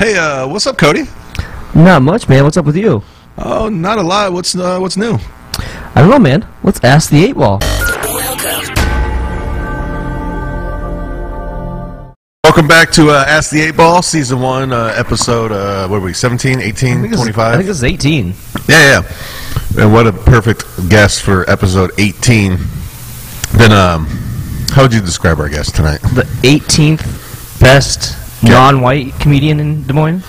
Hey, uh, what's up, Cody? Not much, man. What's up with you? Oh, not a lot. What's uh, what's new? I don't know, man. Let's ask the eight ball. Welcome back to uh, Ask the Eight Ball, Season 1, uh, Episode, uh, what are we, 17, 18, I think 25? this is 18. Yeah, yeah. And what a perfect guest for Episode 18. Then, um, how would you describe our guest tonight? The 18th best non-white comedian in Des Moines.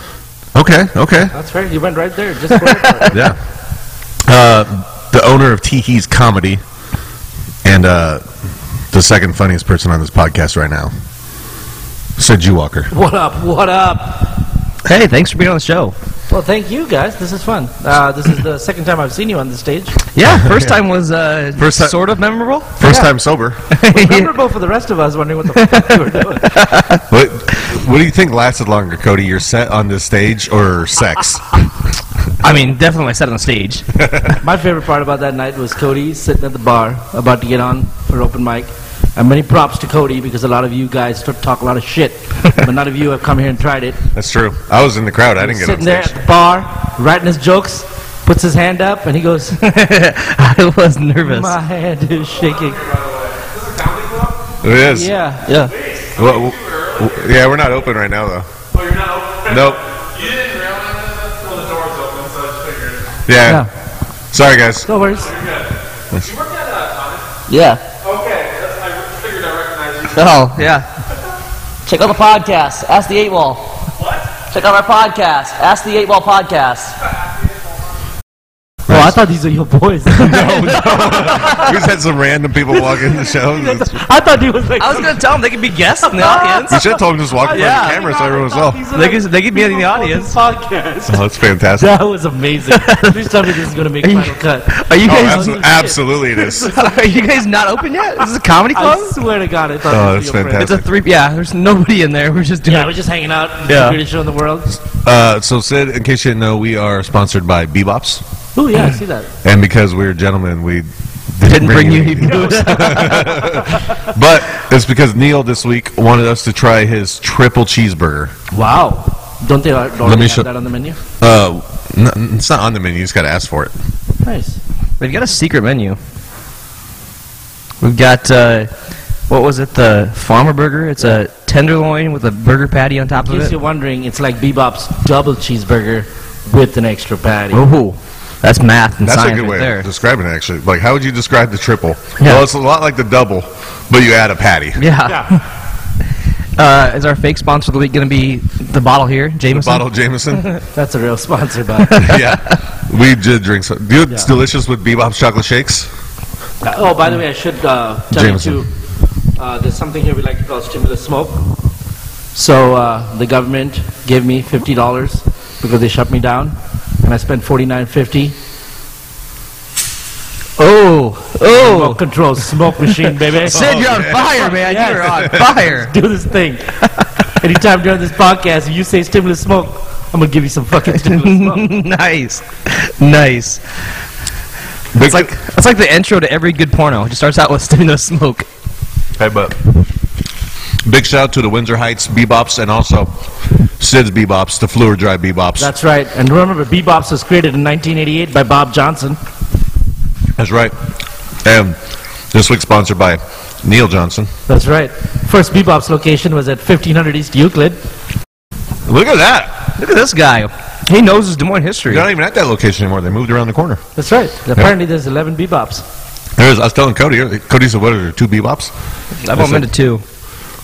Okay, okay. That's right. You went right there. Just go for it. Yeah. Uh, the owner of Teehee's Comedy and uh, the second funniest person on this podcast right now, Sir Jew Walker. What up? What up? Hey, thanks for being on the show. Well, thank you guys. This is fun. Uh, this is the second time I've seen you on the stage. Yeah, first time was uh, First ti- sort of memorable. First Yeah. time sober. Memorable for the rest of us wondering what the fuck you were doing. What, what do you think lasted longer, Cody? Your set on this stage or sex? I mean, definitely when I sat on stage. My favorite part about that night was Cody sitting at the bar about to get on for open mic. And many props to Cody because a lot of you guys t- talk a lot of shit, but none of you have come here and tried it. That's true. I was in the crowd. I didn't get on sitting there stage. at the bar, writing his jokes, puts his hand up, and he goes, I was nervous. "My hand is shaking." It is. Yeah. Yeah. Well, w- w- yeah, we're not open right now though. Oh, you're not open? Nope. You didn't realize that? Well, the door's open, so I just figured. Yeah. Sorry, guys. No worries. You worked at uh, Thomas? Yeah. Okay, that's, I figured I recognized you. Oh, yeah. Check out the podcast. Ask the Eight Ball. Check out our podcast. Ask the Eight Ball podcast. Oh, I thought these were your boys. We just had some random people walk in the show. We I thought he was like. I was going to tell them they could be guests in the audience. should have told them to just walk in Yeah. the camera so everyone was off. They could, they could be in the audience. Podcast. Oh, that's fantastic. That was amazing. Please tell me this is gonna make final cut. Are you Oh, guys abso- absolutely it is. are you guys not open yet? Is this a comedy club? I swear to God, I thought. Oh, that's this was your friend. fantastic. It's a three. Yeah, there's nobody in there. We're just doing. Yeah, we're just hanging out. It's Yeah. The greatest show in the world. Uh, so, Sid, in case you didn't know, we are sponsored by Bebops. Oh yeah, I see that. And because we're gentlemen, we didn't bring you any booze. But it's because Neil this week wanted us to try his triple cheeseburger. Wow. Don't they already Let me have show- that on the menu? Uh, n- it's not on the menu. You just got to ask for it. Nice. They've got a secret menu. We've got uh, what was it? The Farmer Burger. It's a tenderloin with a burger patty on top In of case it. you're wondering, it's like Bebop's double cheeseburger with an extra patty. Oh, that's math and That's science a good right way there. of describing it, actually. Like, how would you describe the triple? Yeah. Well, it's a lot like the double, but you add a patty. yeah. Uh, is our fake sponsor of the week going to be the bottle here, Jameson? Bottle Jameson. That's a real sponsor, but yeah. We did drink some. Dude, it's Yeah. delicious with Bebop's chocolate shakes. oh, by the way, I should uh, tell you Jameson. too. Uh, there's something here we like to call stimulus smoke. So uh, the government gave me fifty dollars because they shut me down, and I spent forty nine fifty. Oh, Remote oh. control smoke machine, Oh, baby. Sid, you're on fire, man. Yes. You're on fire. Do this thing. Anytime during this podcast, if you say stimulus smoke, I'm gonna give you some fucking stimulus smoke. nice. Nice. It's like it's like the intro to every good porno. It just starts out with stimulus smoke. Hey, but big shout out to the Windsor Heights Bebops and also Sid's Bebops, the Fluor Dry Bebops. That's right. And remember, Bebops was created in 1988 by Bob Johnson. That's right. And this week's sponsored by Neil Johnson. That's right. First Bebop's location was at 1500 East Euclid. Look at that. Look at this guy. He knows his Des Moines history. They're not even at that location anymore. They moved around the corner. That's right. Apparently, there's 11 Bebops. There's, I was telling Cody, Cody said, what are there, two Bebops? I've only been to two.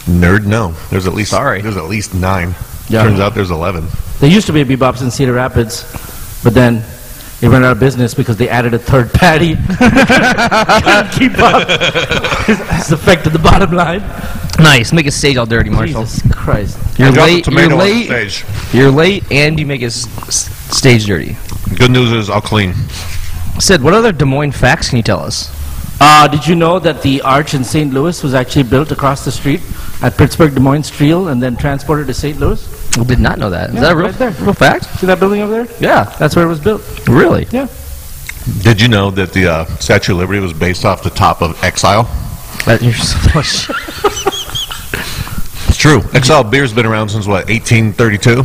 Nerd, no. There's at least Sorry. There's at least nine. Yeah. Turns out there's 11. There used to be a Bebops in Cedar Rapids, but then it ran out of business because they added a third patty. Couldn't keep up. it's affected the bottom line. Nice. Make his stage all dirty, Marshall. Jesus Christ. You're I dropped a late. tomato You're on the late. stage. You're late, and you make his s- stage dirty. Good news is I'll clean. Sid, what other Des Moines facts can you tell us? Uh, did you know that the arch in St. Louis was actually built across the street at Pittsburgh Des Moines Steel and then transported to St. Louis? We did not know that. Is that a real, right there. real fact? See that building over there? Yeah. That's where it was built. Really? Did you know that the uh, Statue of Liberty was based off the top of Exile? That, you're so much. It's true. Exile beer's been around since what, 1832?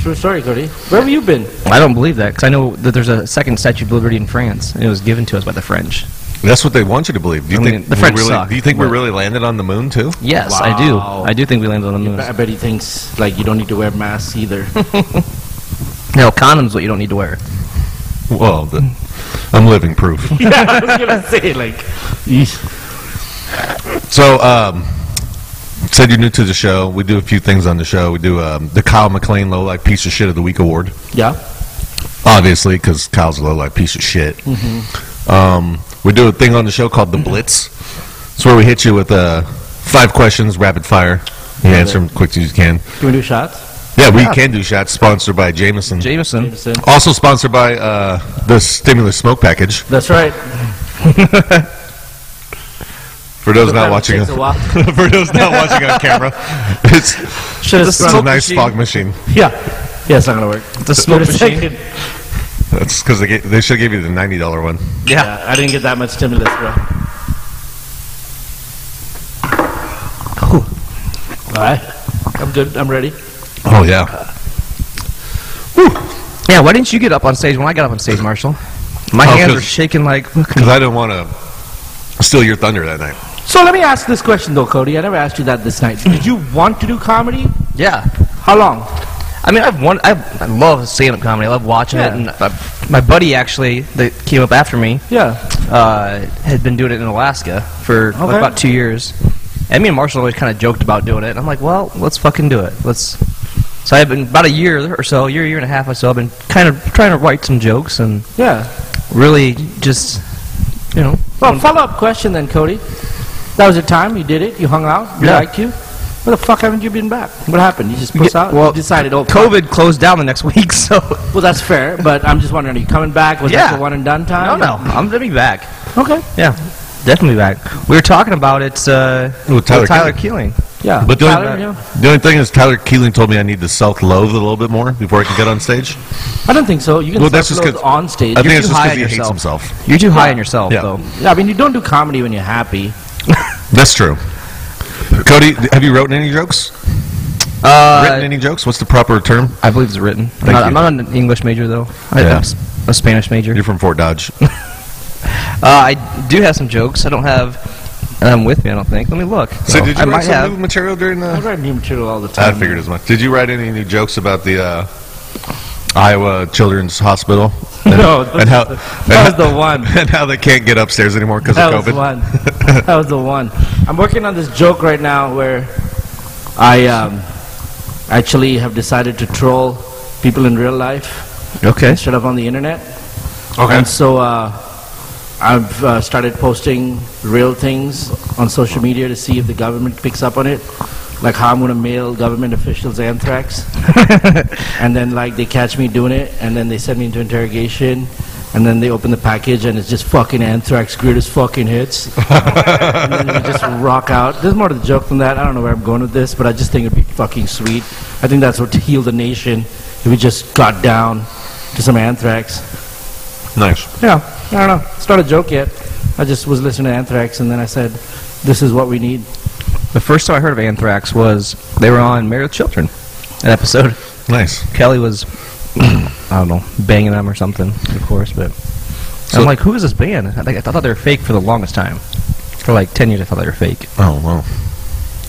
True story, Cody. Where have you been? I don't believe that because I know that there's a second Statue of Liberty in France, and it was given to us by the French. That's what they want you to believe. Do you I mean, think the we French really, suck, Do you think we but- really landed on the moon too? Yes, I do. Wow. I do think we landed on the moon. I bet he thinks like you don't need to wear masks either. No, condoms what you don't need to wear. Well, the, I'm living proof. yeah, I was gonna say like. yeesh. So, um, said you're new to the show. We do a few things on the show. We do um, the Kyle McLean Low Life Piece of Shit of the Week award, Yeah. obviously, because Kyle's a low life piece of shit. Mm-hmm. Um, we do a thing on the show called the Blitz. It's where we hit you with uh, five questions, rapid fire. You Love answer them quick as you can. Can we do shots? Yeah, we can do shots. Sponsored by Jameson. Jameson. Jameson. also sponsored by uh, the stimulus smoke package. That's right. For those not Sometimes it watching, takes a on, while. for those not watching on camera, it's, Should it's a nice fog machine. Yeah. Yeah, it's not gonna work. The smoke Wait a machine. second. That's because they, ga- they should give you the ninety dollar one. Yeah. Yeah, I didn't get that much stimulus, bro. All right, I'm good. I'm ready. Oh yeah, Yeah, why didn't you get up on stage when I got up on stage, Marshall? My Oh, hands 'cause- were shaking like. because I didn't want to steal your thunder that night. So let me ask this question though, Cody. I never asked you that this night. Did you want to do comedy? Yeah. How long? I mean, I've won. I've, I love stand-up comedy. I love watching Yeah. it. And uh my buddy actually that came up after me Yeah. uh, had been doing it in Alaska for like, Okay. about two years. And me and Marshall always kind of joked about doing it. And I'm like, well, let's fucking do it. Let's. So I've been about a year or so, year, year and a half or so. I've been kind of trying to write some jokes and Yeah. really just, you know, Well, follow up question then, Cody. That was your time. You did it. You hung out. We Yeah. liked you. Where the fuck haven't you been back? What happened? You just pussed out. well, you decided. Oh, fuck. COVID closed down the next week, so Well, that's fair. But I'm just wondering, are you coming back? Was Yeah. that the one and done I time? don't know. I'm gonna be back. Okay. Yeah, definitely back. We were talking about it uh, With Tyler with Tyler Keeling. Yeah. But the only, Tyler, yeah. the only thing is, Tyler Keeling told me I need to self-loathe a little bit more before I can get on stage. I don't think so. You can Well, that's just self-loathe 'cause- on stage. I think You're it's too just because high on he hates yourself. himself. You're too high on yourself, Yeah. though. Yeah, I mean, you don't do comedy when you're happy. That's true. Cody, have you written any jokes? Uh, written any jokes? What's the proper term? I believe it's written. I'm Thank not, you. I'm not an English major, though. I, Yeah. am a Spanish major. Uh, You're from Fort Dodge. I do have some jokes. I don't have um, with me. I don't think. Let me look. So did you I write might some have. new material during I the? write new material all the I time. figured as much. Did you write any new jokes about the uh, Iowa Children's Hospital? And, No, and how that was the one. and how they can't get upstairs anymore because That of was the COVID. one. That was the one. I'm working on this joke right now where I um, actually have decided to troll people in real life Okay. instead of on the internet. And so uh, I've uh, started posting real things on social media to see if the government picks up on it. Like how I'm going to mail government officials anthrax. and then, like, they catch me doing it, and then they send me into interrogation. And then they open the package, and it's just fucking anthrax, greatest fucking hits. and then we just rock out. There's more to the joke than that. I don't know where I'm going with this, but I just think it'd be fucking sweet. I think that's what to heal the nation if we just got down to some anthrax. Nice. Yeah, I don't know. It's not a joke yet. I just was listening to Anthrax, and then I said, "This is what we need." The first time I heard of Anthrax was they were on Married with Children, an episode. Nice. Kelly was, I don't know, banging them or something, of course. But So- I'm like, who is this band? I, like, I thought they were fake for the longest time. For like ten years, I thought they were fake. Oh well.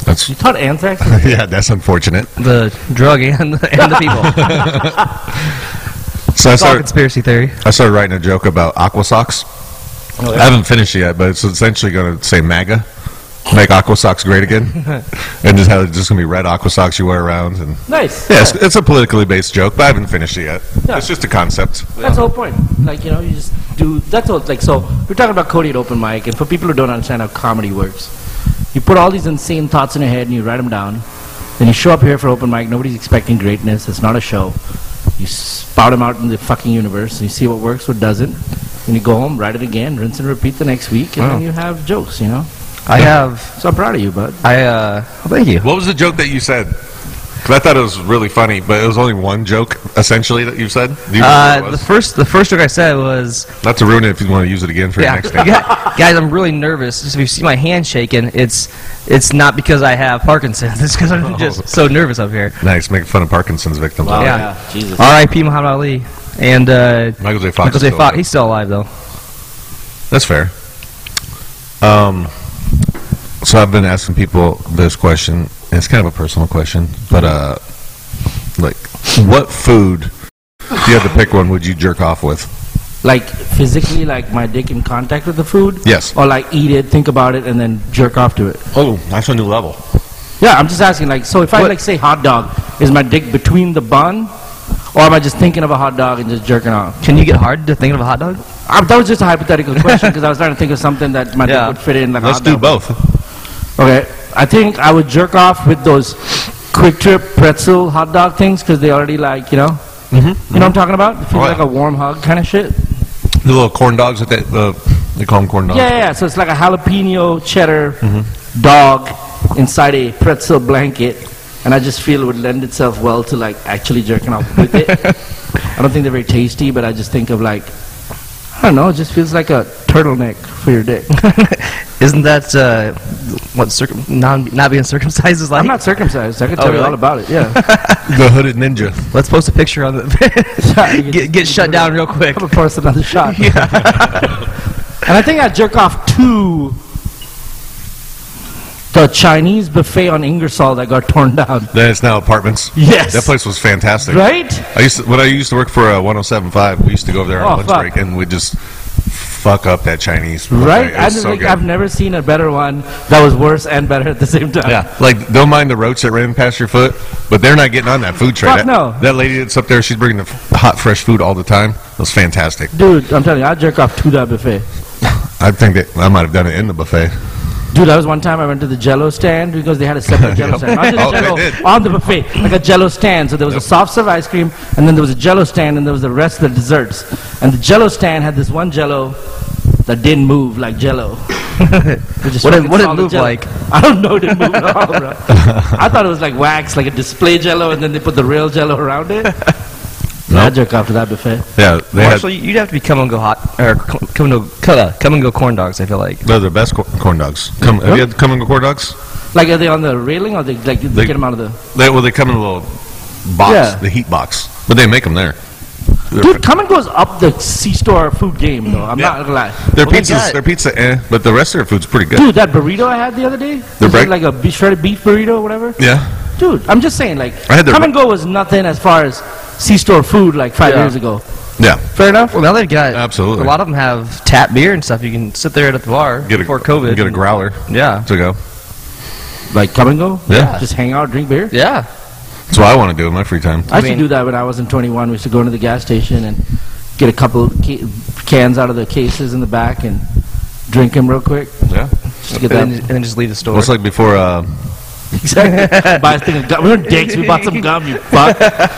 That's You thought Anthrax? yeah. That's unfortunate. The drug and the, and the people. So I It's all started. conspiracy theory. I started writing a joke about aqua socks. Oh, I haven't finished yet, but it's essentially going to say MAGA, make aqua socks great again, and just how it's just going to be red aqua socks you wear around. And nice. yeah, it's, it's a politically based joke, but I haven't finished it yet. Yeah. It's just a concept. That's the whole point. Like you know, you just do. That's all. Like so, we're talking about Cody at open mic, and for people who don't understand how comedy works, you put all these insane thoughts in your head and you write them down. Then you show up here for open mic. Nobody's expecting greatness. It's not a show. You spout them out in the fucking universe, and you see what works, what doesn't. And you go home, write it again, rinse and repeat the next week, and Wow. then you have jokes. You know. I have. So I'm proud of you, bud. I uh. Thank you. What was the joke that you said? 'Cause I thought it was really funny, but it was only one joke essentially that you said. Do you remember what Uh, it the was? first, the first joke I said was, Not to ruin it if you want to use it again for your yeah, next thing. gu- guys, I'm really nervous. Just if you see my hand shaking, it's, it's not because I have Parkinson's. It's because I'm Oh. just so nervous up here. Nice, making fun of Parkinson's victims. Wow, Yeah. yeah. Jesus. R.I.P. Muhammad Ali and uh, Michael J. Fox. Michael is J. still Fox. alive. He's still alive though. That's fair. Um, so I've been asking people this question, and it's kind of a personal question, but uh, like, what food? If you had to pick one, would you jerk off with? Like physically, like my dick in contact with the food. Yes. Or like eat it, think about it, and then jerk off to it. Oh, that's a new level. Yeah, I'm just asking. Like, so if I What- like say hot dog, is my dick between the bun, or am I just thinking of a hot dog and just jerking off? Can you get hard to think of a hot dog? I, that was just a hypothetical question because I was trying to think of something that my Yeah. dick would fit in. Like a Let's hot do dog. both. Okay, I think I would jerk off with those quick trip pretzel hot dog things because they already like you know, Mm-hmm. you know what I'm talking about. It feels Oh, yeah. like a warm hug kind of shit. The little corn dogs that they, the they call them corn dogs. Yeah, yeah, yeah. So it's like a jalapeno cheddar dog inside a pretzel blanket, and I just feel it would lend itself well to like actually jerking off with it. I don't think they're very tasty, but I just think of like, I don't know, it just feels like a turtleneck for your dick. Isn't that uh, what circum- non- not being circumcised is like? I'm not circumcised. I can Oh, tell you really? all about it. Yeah, The hooded ninja. Let's post a picture on the. get, get shut down real quick. I'm gonna pour us another shot. and I think I jerk off to the Chinese buffet on Ingersoll that got torn down. Then it's now apartments. Yes. That place was fantastic. Right? I used to, when I used to work for uh, 107.5, we used to go over there on Oh, lunch fuck. break and we'd just fuck up that Chinese. buffet. Right? It I was didn't so think- good. I've never seen a better one that was worse and better at the same time. Yeah, like don't mind the roach that ran past your foot, but they're not getting on that food tray. that, Fuck no. that lady that's up there, she's bringing the f- hot, fresh food all the time. It was fantastic. Dude, I'm telling you, I jerk off to that buffet. I think that I might have done it in the buffet. Dude, that was one time I went to the Jello stand because they had a separate Jello stand, not Oh, just they Jello did. on the buffet, like a Jello stand. So there was a soft serve ice cream, and then there was a Jello stand, and there was the rest of the desserts. And the Jello stand had this one Jello that didn't move like Jello. Which is What did- fucking what did it solid move like? I don't know. It didn't move at all, bro. I thought it was like wax, like a display Jello, and then they put the real Jello around it. I jerk off to that buffet. Yeah, they had Actually, you'd have to be come and go hot or c- come and go uh, come and go corn dogs. I feel like. they're the best cor- corn dogs. Come, have you had come and go corn dogs? Like, are they on the railing, or they like you They- get them out of the? They, well, they come in a little box, Yeah. the heat box, but they make them there. They're, Dude, come and goes up the C-store food game, though. I'm Yeah. not gonna lie. their Well, they pizzas, got- their pizza, eh, but the rest of their food's pretty good. Dude, that burrito I had the other day, The was break- it like a be- shredded beef burrito or whatever? Yeah, Dude, I'm just saying, like, I had the come re- and go was nothing as far as C-store food like five Yeah. years ago. yeah. Fair enough. Well, now they've got Absolutely. A lot of them have tap beer and stuff. You can sit there at the bar Get a before COVID. Get a and- growler Yeah, to go. Like, come and go? Yeah. Just hang out, drink beer? yeah. That's what I want to do in my free time. I used mean- to do that when I wasn't 21. We used to go into the gas station and get a couple ca- cans out of the cases in the back and drink them real quick. Yeah, Just to get And then, that. and then just leave the store. well, it's like before uh, exactly. Buy a thing of gum. We were dicks. We bought some gum, you fuck.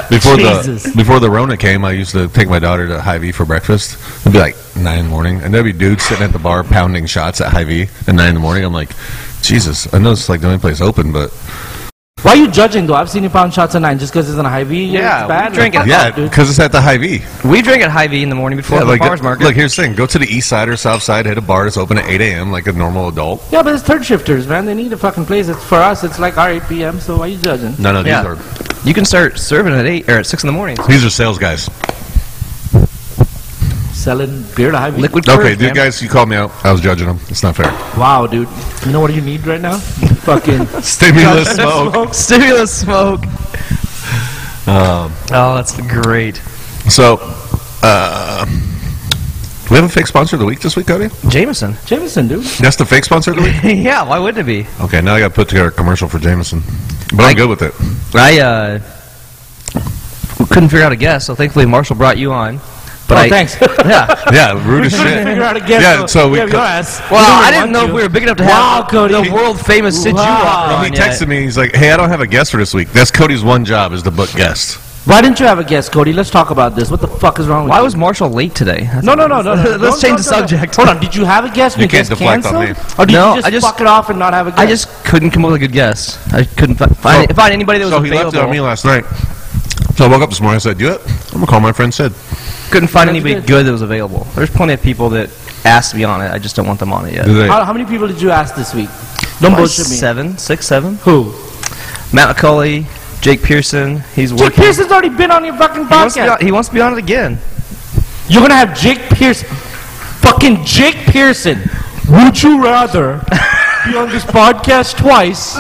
Before the Jesus. before the Rona came, I used to take my daughter to Hy-Vee for breakfast. It'd be like nine in the morning, and there'd be dudes sitting at the bar pounding shots at Hy-Vee at nine in the morning. I'm like, Jesus, I know it's like the only place open, but Why are you judging, though? I've seen you pound shots at nine just because it's an high V. Yeah, it's bad. we drink Like, it. fuck yeah, off, dude. because it's at the Hy-Vee. we drink at Hy-Vee in the morning before Yeah, the like farmers market. look, here's the thing: go to the east side or south side, hit a bar that's open at eight a.m. like a normal adult. Yeah, but it's third shifters, man. They need a fucking place. It's, for us, it's like our 8 p.m., so why are you judging? No, no, these Yeah. are you can start serving at eight or at six in the morning. these are sales guys. Selling beer to high V. Liquid Okay, courage, dude, man. guys, you called me out. I was judging them. It's not fair. Wow, dude. You know what you need right now? fucking. Stimulus smoke. Stimulus smoke. Um, oh, that's great. So, uh, do we have a fake sponsor of the week this week, Cody? Jameson. Jameson, dude. That's the fake sponsor of the week. yeah, why wouldn't it be? Okay, now I got to put together a commercial for Jameson, but I'm Like- good with it. I uh, couldn't figure out a guess, so thankfully Marshall brought you on. But oh, I, thanks. Yeah. Yeah, rude as couldn't shit. figure out a guess, Yeah, so so we we have co- your ass. Well, We I didn't want know you. if we were big enough to have Wow, Cody. the world famous Sid Juwalker Wow. on He yet. texted me. He's like, "Hey, I don't have a guest for this week. That's Cody's one job is to book guests." Why didn't you have a guest, Cody? Let's talk about this. What the fuck is wrong with Why you? was Marshall late today? That's- No, no, no, no. no. Let's Don't- change don't- the don't- don't. subject. Hold on. Did you have a guest? and You it can't gets deflect on canceled? me. Or did No, you just, I just- fuck it off and not have a guest? I just couldn't come up with a good guess. I couldn't Oh, fi- find, find anybody that was so he available. left it on me last night. So I woke up this morning. I said, "You up? I'm gonna call my friend Sid." couldn't find That's anybody good. good. that was available. There's plenty of people that asked to be on it. I just don't want them on it yet. Did they- How, how many people did you ask this week? Don't Probably bullshit me. Seven, six, seven. Who? Matt McCauley, Jake Pearson. He's Jake working. Pearson's already been on your fucking He wants, to be podcast. on, he wants to be on it again. You're gonna have Jake Pearson. Fucking Jake Pearson. Would you rather be on this podcast twice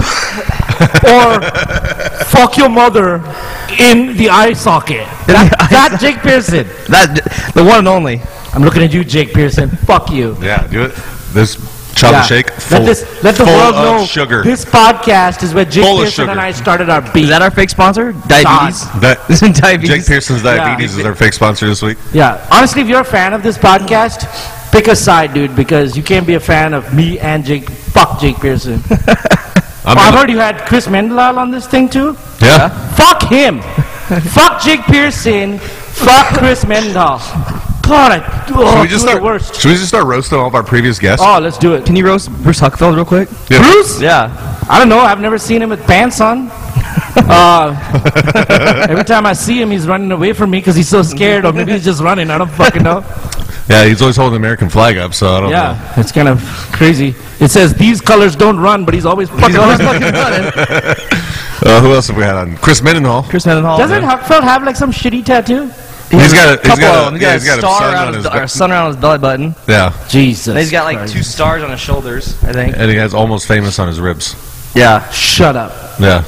or fuck your mother in the eye socket? That, that Jake Pearson. That the one and only. I'm looking at you, Jake Pearson. Fuck you. Yeah, do it. This chocolate shake full, let this let the full world of know sugar. this podcast is where Jake Full of Pearson and sugar. I started our beef. Is that our fake sponsor? Diabetes. that This is diabetes. Jake Pearson's diabetes is our fake sponsor this week. Yeah. Honestly, if you're a fan of this podcast, pick a side, dude, because you can't be a fan of me and Jake. Fuck Jake Pearson. I'm Oh, I've gonna- heard you had Chris Mendelal on this thing too. yeah. Fuck him. Fuck Jake Pearson. Fuck Chris Mendelal. God, I, oh, Should we just you're start? the worst. Should we just start roasting all of our previous guests? Oh, let's do it. Can you roast Bruce Huckfeld real quick? Yeah. Bruce? Yeah. I don't know. I've never seen him with pants on. Uh, every time I see him, he's running away from me because he's so scared, or maybe he's just running. I don't fucking know. Yeah, he's always holding the American flag up, so I don't know. Yeah, it's kind of crazy. It says these colors don't run, but he's always fucking. running. Uh, who else have we had on? Chris Mendenhall. Chris Mendenhall. Doesn't Huckfeld have like some shitty tattoo? He's got a, he's couple of got them. a, He's yeah, got he's got a a star sun on around his, his or a butt. sun around his belly button. Yeah, Jesus. And he's got like Christ. two stars on his shoulders, I think. and he has almost famous on his ribs. Yeah. Shut up. Yeah,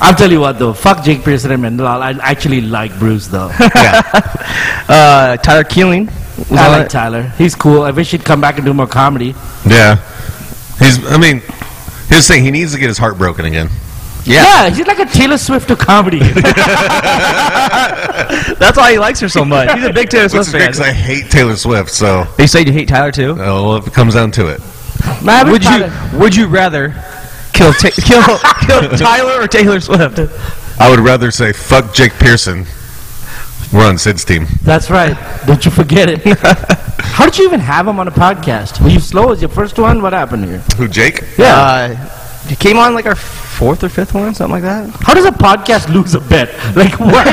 I'll tell you what though. Fuck Jake Pearson and Mendelal. I actually like Bruce though. Uh, Tyler Keeling. was I on like it. Tyler. He's cool. I wish he'd come back and do more comedy. yeah. He's. I mean, here's the thing. He needs to get his heart broken again. Yeah, he's like a Taylor Swift of comedy. That's why he likes her so much. He's a big Taylor Which is Swift great because fan. I hate Taylor Swift. So, They say you hate Tyler too. uh, well, if it comes down to it, Man, I wish Would you? Tyler- Would you rather kill ta- kill kill Tyler or Taylor Swift? I would rather say fuck Jake Pearson. We're on Sid's team. That's right. Don't you forget it. How did you even have him on a podcast? Were you slow? Was your first one? What happened here? Who, Jake? Yeah. Uh, he came on like our fourth or fifth one, something like that. How does a podcast lose a bet? Like what?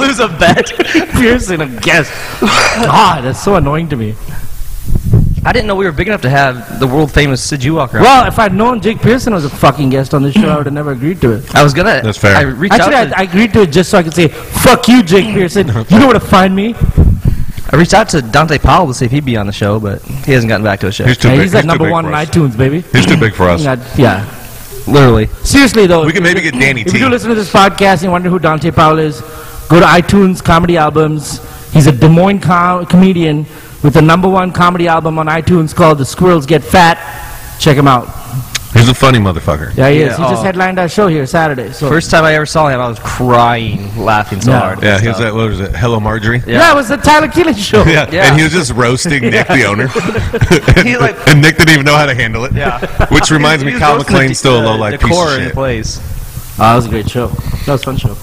Lose a bet. Pearson a guest? God, that's so annoying to me. I didn't know we were big enough to have the world famous Sid Yu walk around. Well, if I'd known Jake Pearson was a fucking guest on this show, I would have never agreed to it. I was gonna. That's fair. I reached Actually, out. To, I, I agreed to it just so I could say, "Fuck you, Jake Pearson. You know where to find me." I reached out to Dante Powell to see if he'd be on the show, but he hasn't gotten back to us He's yet. too Yeah, big. he's like too number big one for on us. iTunes, baby. He's too big for us. Yeah, yeah. Literally. Seriously though, We can maybe get Danny if you T. do listen to this podcast and wonder who Dante Powell is, go to iTunes comedy albums. He's a Des Moines com- comedian with the number one comedy album on iTunes called "The Squirrels Get Fat." Check him out. He's a funny motherfucker. Yeah, he Yeah, is. He uh, oh. just headlined our show here Saturday. So First time I ever saw him, I was crying, laughing so Yeah. hard. Yeah, It's he was tough. at what was it? Hello, Marjorie. yeah. it was the Tyler Keeling show. Yeah. Yeah. and he was just roasting Nick, the owner. He, like- and Nick didn't even know how to handle it. Yeah. Which reminds He me, was Kyle roasting the McLean's still a de- low life piece decor of in the shit. All place. Oh, that was a great show. That was a fun show.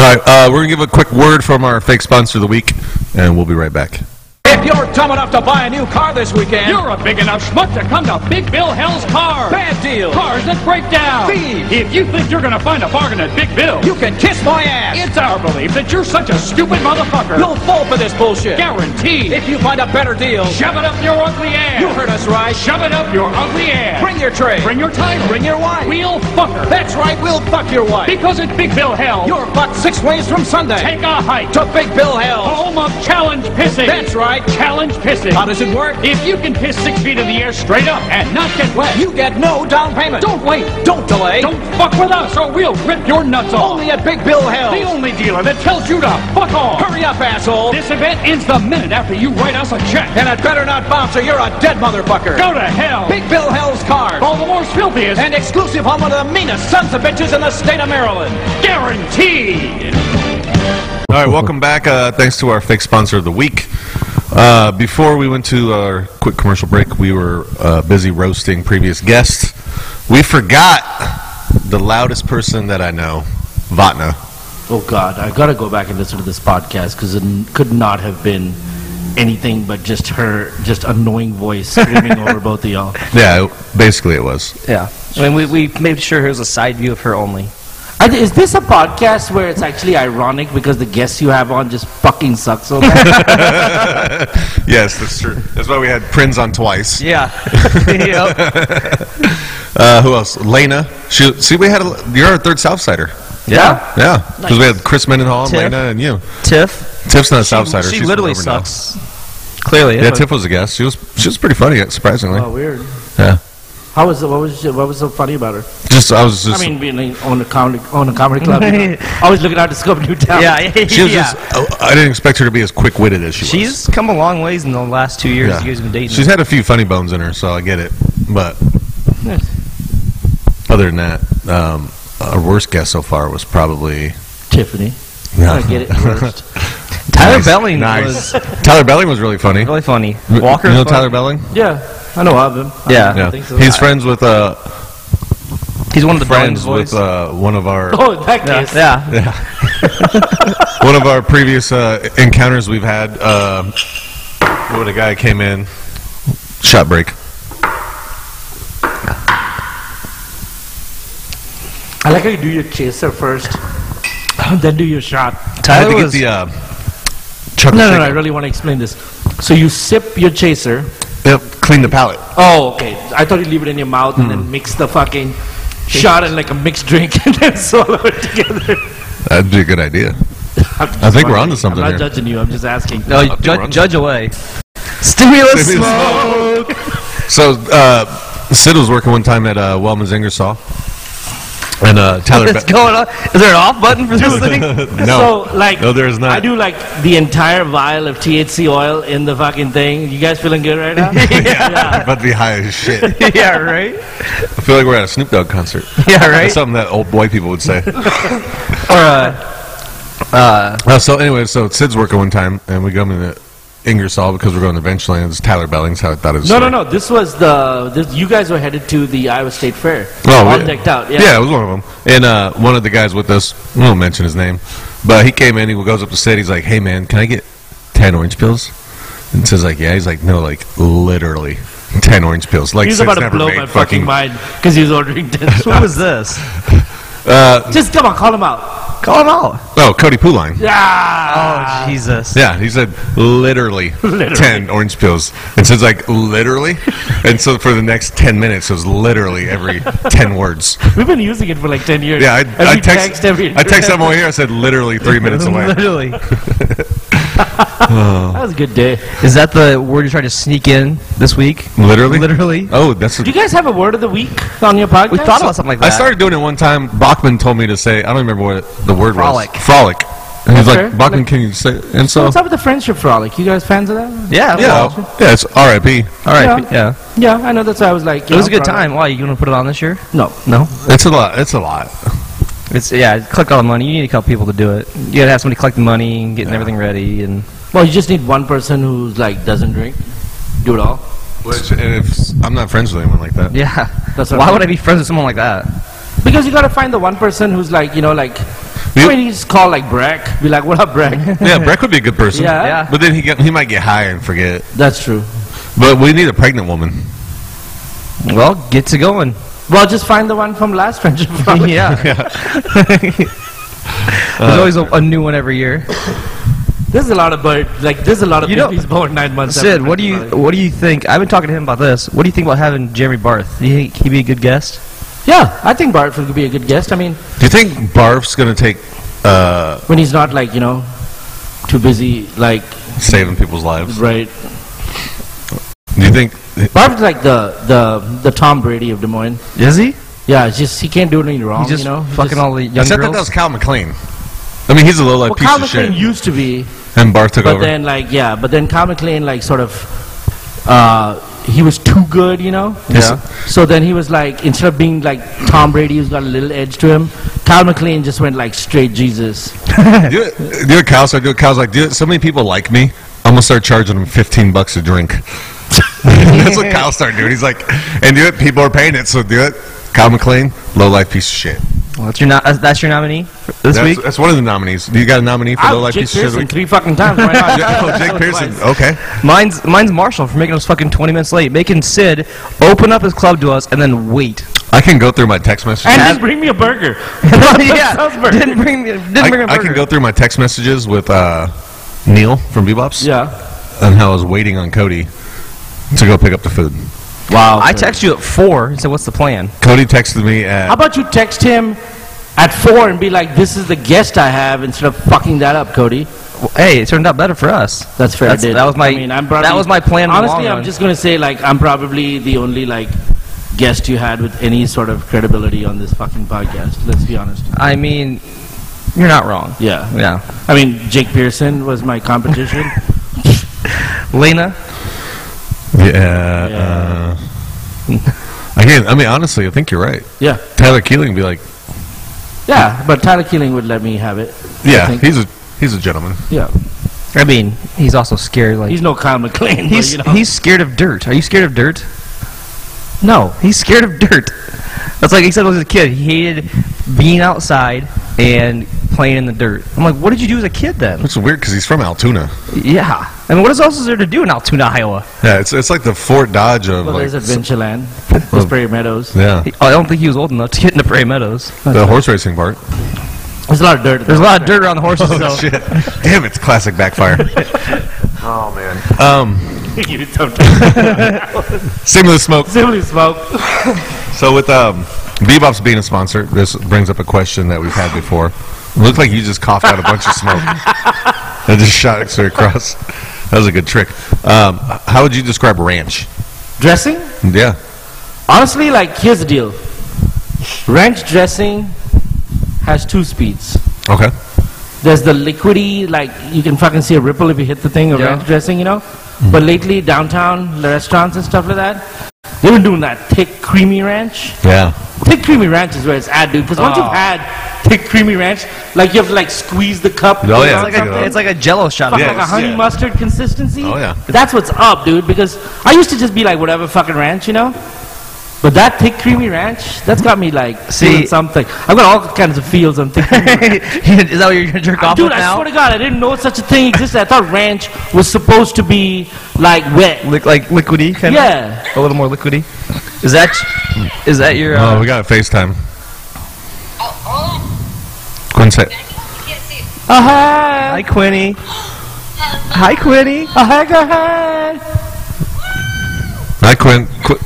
right, uh, we're gonna give a quick word from our fake sponsor of the week, and we'll be right back. If you're dumb enough to buy a new car this weekend, you're a big enough schmuck to come to Big Bill Hell's Cars. Bad deal. Cars that break down. Thieves. If you think you're going to find a bargain at Big Bill, you can kiss my ass. It's our belief that you're such a stupid motherfucker. You'll fall for this bullshit. Guaranteed. If you find a better deal, shove it up your ugly ass. You heard us right. Shove it up your ugly ass. Bring your tray. Bring your time. Bring your wife. We'll fuck her. That's right. We'll fuck your wife. Because at Big Bill Hell, you're fucked six ways from Sunday. Take a hike to Big Bill Hell. Home of challenge pissing. That's right. Challenge pissing. How does it work? If you can piss six feet in the air straight up and not get wet, you get no down payment. Don't wait. Don't delay. Don't fuck with us or we'll rip your nuts off. Only at Big Bill Hell. The only dealer that tells you to fuck off. Hurry up, asshole. This event ends the minute after you write us a check. And it better not bounce or you're a dead motherfucker. Go to hell. Big Bill Hell's cars. All the more filthiest. And exclusive home of the meanest sons of bitches in the state of Maryland. Guaranteed. All right, welcome back. Uh, thanks to our fake sponsor of the week. Uh, before we went to our quick commercial break, we were uh, busy roasting previous guests. We forgot the loudest person that I know, Vatna. Oh God, I gotta go back and listen to this podcast because it n- could not have been anything but just her, just annoying voice screaming over both of y'all. Yeah, it- basically it was. Yeah. I mean, we, we made sure here's a side view of her only. I thi- is this a podcast where it's actually ironic because the guests you have on just fucking suck so bad? Yes, that's true. That's why we had Prinz on twice. Yeah. yep. Uh, who else? Lena. She, see, we had a, you're our third Southsider. Yeah. Yeah, because we had Chris Mendenhall, and Tiff. Lena, and you. Tiff. Tiff's not a Southsider. She She's from literally Auburn now. sucks. Clearly. Yeah, Tiff was a guest. She was she was pretty funny, surprisingly. oh, weird. Yeah. How was it? What was what was so funny about her? Just I was just I mean, being like, on a comedy on a comedy club, you know, always looking out to scope new talent. Yeah. yeah. she was just oh, I didn't expect her to be as quick witted as she was. She's come a long ways in the last two years. Yeah. You guys have been dating. She's had a few funny bones in her, so I get it. But Nice. other than that, um, our worst guest so far was probably Tiffany. I get it first. Tyler Nice. Belling Nice. was Tyler Belling was really funny. really funny. You Walker. know was funny. Tyler Belling? yeah, I know of him. I Yeah. don't Yeah, think so. he's friends with uh, He's one of the friends Belling boys. with uh, one of our Oh, that yeah. case. yeah. one of our previous uh, encounters we've had uh, when a guy came in shot break I like how you do your chaser first, then do your shot. I had Tyler to get was. the uh, No, chuckle no, shaker. no, I really want to explain this. So you sip your chaser. Yep, clean the palate Oh, okay. I thought you leave it in your mouth and Hmm. then mix the fucking shot in like a mixed drink and then swallow it together. that'd be a good idea I'm just I think we're wondering. onto something I'm here. not judging you. I'm just asking. No, Up to judge, Ronda. judge away. Stimulus Maybe smoke. it's- so uh, Sid was working one time at uh, Wellman's Ingersoll and uh, Tyler What's Be- going on? Is there an off button for this thing? no So, like, No, there is not. I do like the entire vial of THC oil in the fucking thing. You guys feeling good right now? I'm about to be high as shit I yeah, right. Oh, feel like we're at a Snoop Dogg concert Yeah, that's right. something that old white people would say Or uh, Uh, so anyway, so Sid's working one time, and we go into Ingersoll because we're going to Benchland. It's Tyler Belling's how I thought it was. No, no, no. This was the. This, you guys were headed to the Iowa State Fair. Oh, all yeah. decked out. Yeah. it was one of them. And uh, one of the guys with us, I won't mention his name, but he came in. He goes up to Sid. He's like, "Hey, man, can I get ten orange pills?" And Sid's like, "Yeah." He's like, "No, like literally ten orange pills." Like He was Sid's about to never blow made my fucking mind because he was ordering this. who was this? Uh, Just come on, call him out. Call him out. Oh, Cody Pouline. Yeah. Oh Jesus. Yeah, he said literally, Literally. ten orange pills, and Sid's like literally, and so for the next ten minutes it was literally every ten words. We've been using it for like 10 years. Yeah, I, Every I text, every. I text them over here. I said literally three minutes away. Literally. That was a good day. Is that the word you're trying to sneak in this week? Literally. Literally. Oh, that's. A, Do you guys have a word of the week on your podcast? We thought about something like that. I started doing it one time. Bachman told me to say. I don't remember what the word Frolic. was. Frolic. And he's Okay. like, Bachman, can you say? And so, What's up with the friendship frolic? You guys fans of that? Yeah. yeah, well, yeah, it's R.I.P. all right. Yeah. Yeah, I know that's why I was like. It was a good time. Why you gonna put it on this year? No. No. It's a lot. It's a lot. It's yeah. Collect all the money. You need a couple people to do it. You gotta have somebody collect the money and getting everything ready and. Well, you just need one person who's like doesn't drink. Do it all. Which, and if I'm not friends with anyone like that, Yeah. That's what Why I'm would I be friends with someone like that? Because you gotta find the one person who's like, you know, like. You- I mean, you just call like Brack. Be like, what up, Brack? yeah, Breck would be a good person. Yeah. Yeah. But then he get, he might get high and forget. That's true. But we need a pregnant woman. Well, get to going. Well, just find the one from last friendship frolic. yeah. There's always a, a new one every year. There's a lot of bird. Like, there's a lot of You know- babies born nine months. Sid, after what do you Friendship Frolic. what do you think? I've been talking to him about this. What do you think about having Jeremy Barth? Do you think he'd be a good guest? Yeah, I think Bartford could be a good guest. I mean, Do you think Barf's gonna take uh, when he's not like you know, too busy like saving people's lives? right. Do you think? Bart's like the the the Tom Brady of Des Moines. Is he? Yeah, it's just he can't do anything wrong. He's just Um, you know, He fucking just- all the young Except that girls. that was Cal McLean. I mean, he's a little like Well, piece Kyle of shit. McLean used to be, And Barth took but over. then like yeah, but then Kyle McLean like sort of, uh, he was too good, you know. Yes. So then he was like, instead of being like Tom Brady, who's got a little edge to him, Kyle McLean just went like straight Jesus. do it. Do it, Kyle. So I do it. Kyle's like, do it. So many people like me. I'm gonna start charging them 15 bucks a drink. That's what Kyle started doing. He's like, and do it. People are paying it, so do it. Kyle McLean, low life piece of shit. Well, that's your no- that's your nominee for this that's, week. that's one of the nominees. You got a nominee for low I've life Jake piece of shit. of the Pearson week? three fucking times. Why not? Yeah, oh, Jake Pearson. Okay. Mine's mine's Marshall for making us fucking 20 minutes late, making Sid open up his club to us and then wait. I can go through my text messages. And just bring me a burger. yeah, didn't bring me- didn't I, bring a I can burger. go through my text messages with uh, Neil from Bebops Yeah. and how I was waiting on Cody to go pick up the food. Wow. I text you at four and said, "What's the plan?" Cody texted me How at about you text him at four and be like, "This is the guest I have," instead of fucking that up, Cody. Well, hey, it turned out better for us. That's fair. That's- I did. that was my- I mean, I'm that probably, was my plan in the Honestly, long I'm run. just gonna say like I'm probably the only like guest you had with any sort of credibility on this fucking podcast. Let's be honest. I mean, you're not wrong. Yeah. Yeah, I mean, Jake Pearson was my competition. Lena. yeah. Uh, again, I mean, honestly, I think you're right. yeah. Tyler Keeling would be like, Yeah. But Tyler Keeling would let me have it. yeah, think- he's a he's a gentleman. Yeah. I mean, he's also scared. Like He's he's no Kyle McLean. but, he's, you know. scared of dirt. Are you scared of dirt? no. He's scared of dirt. That's like he said when he was a kid. He hated being outside and playing in the dirt. I'm like, what did you do as a kid then? Which is weird because he's from Altoona. Yeah. I mean, what else is there to do in Altoona, Iowa? Yeah, it's it's like the Fort Dodge of Well, like there's Adventureland. There's Prairie Meadows. yeah He- I don't think he was old enough to get into Prairie Meadows. the horse racing part. There's a lot of dirt. There's a lot of dirt around the horses, Oh, though. shit. Damn, it's classic backfire. oh, man. Um, You don't- similar smoke. Simply smoke. So with um, Bebop's being a sponsor, this brings up a question that we've had before. Looked like you just coughed out a bunch of smoke. I just shot it straight across. That was a good trick. Um, how would you describe ranch? Dressing? Yeah. Honestly, like here's the deal. Ranch dressing has two speeds. Okay. There's the liquidy, like you can fucking see a ripple if you hit the thing of Yeah. ranch dressing, you know. Mm-hmm. But lately, downtown the restaurants and stuff like that, they've been doing that thick, creamy ranch. Yeah. Thick, creamy ranch is where it's at, dude. Because once Oh. you've had thick, creamy ranch, like you have to like squeeze the cup. Oh, yeah. It's like, a, it's like a jello shot. Fuck, Yeah, like a it's- honey yeah. mustard consistency. Oh, yeah. That's what's up, dude. Because I used to just be like whatever fucking ranch, you know. But that thick creamy ranch, that's got me like See- feeling something. I've got all kinds of feels on thick. creamy ranch. is that what you're going to jerk off Dude, with I now? swear to God, I didn't know such a thing existed. I thought ranch was supposed to be like wet. Lick, like liquidy, kind Yeah. of? A little more liquidy? Is that, is that your... Uh, Oh, we got a FaceTime. Oh, Quinn said, oh, I can't see. hi, Quinny. Hi, Quinny. "Hi, Quinn. Qu- Uh,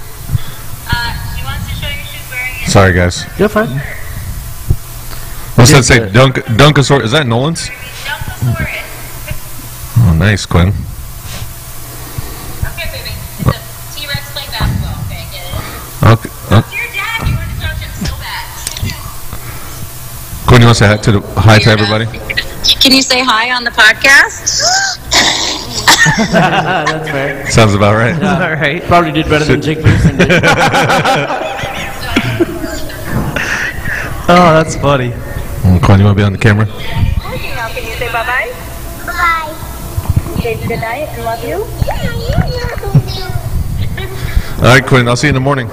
she wants to show you she's wearing it. Sorry, guys. You're fine. What's that Did say? the- Dunk Dunkosaur? Is that Nolan's? Dunkosaurus. Oh, nice, Quinn. Okay, baby. It's a T-Rex playing basketball. Okay, get it? Okay. Uh, It's your dad. You want to talk to him so bad. Quinn, you want to say hi to, the, hi to everybody? Can you say hi on the podcast? that's fair. Sounds about right. All right. Probably did better than Jake Pearson did. Oh, that's funny. Mm, Quinn, you want to be on the camera? Now, can you say bye-bye? Bye. Baby, good night and love you. All right, Quinn. I'll see you in the morning.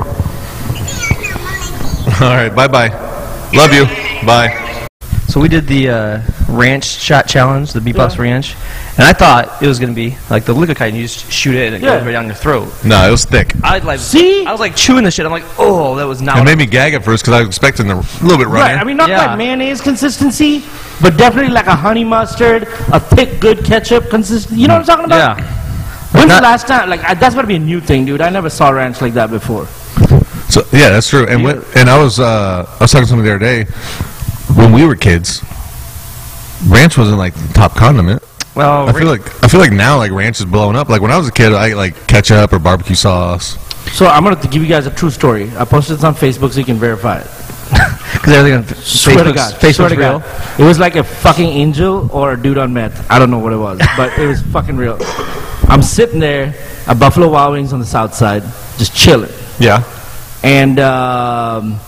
All right. Bye bye. Love you. Bye. So we did the uh, ranch shot challenge, the Bebop's Ranch, and I thought it was going to be like the liquid and You just shoot it and it Yeah. goes right down your throat. No, it was thick. I was like, See? I was like chewing the shit. I'm like, oh, that was not. It what I- made me gag at first because I was expecting the a little bit runny. Right. I mean, not Yeah. like mayonnaise consistency, but definitely like a honey mustard, a thick, good ketchup consistency. You know what I'm talking about? yeah. When's Not- the last time? Like I, that's gotta be a new thing, dude. I never saw ranch like that before. so yeah, that's true. And when, and I was uh, I was talking to somebody the other day when we were kids. Ranch wasn't like the top condiment. Well, I feel like I feel like now like ranch is blowing up. Like when I was a kid, I ate, like ketchup or barbecue sauce. So I'm gonna give you guys a true story. I posted this on Facebook so you can verify it. because everything on Swear to Facebook's, God. Facebook's swear to real. God. It was like a fucking angel or a dude on meth. I don't know what it was, but it was fucking real. I'm sitting there at Buffalo Wild Wings on the south side, just chilling. Yeah. And um,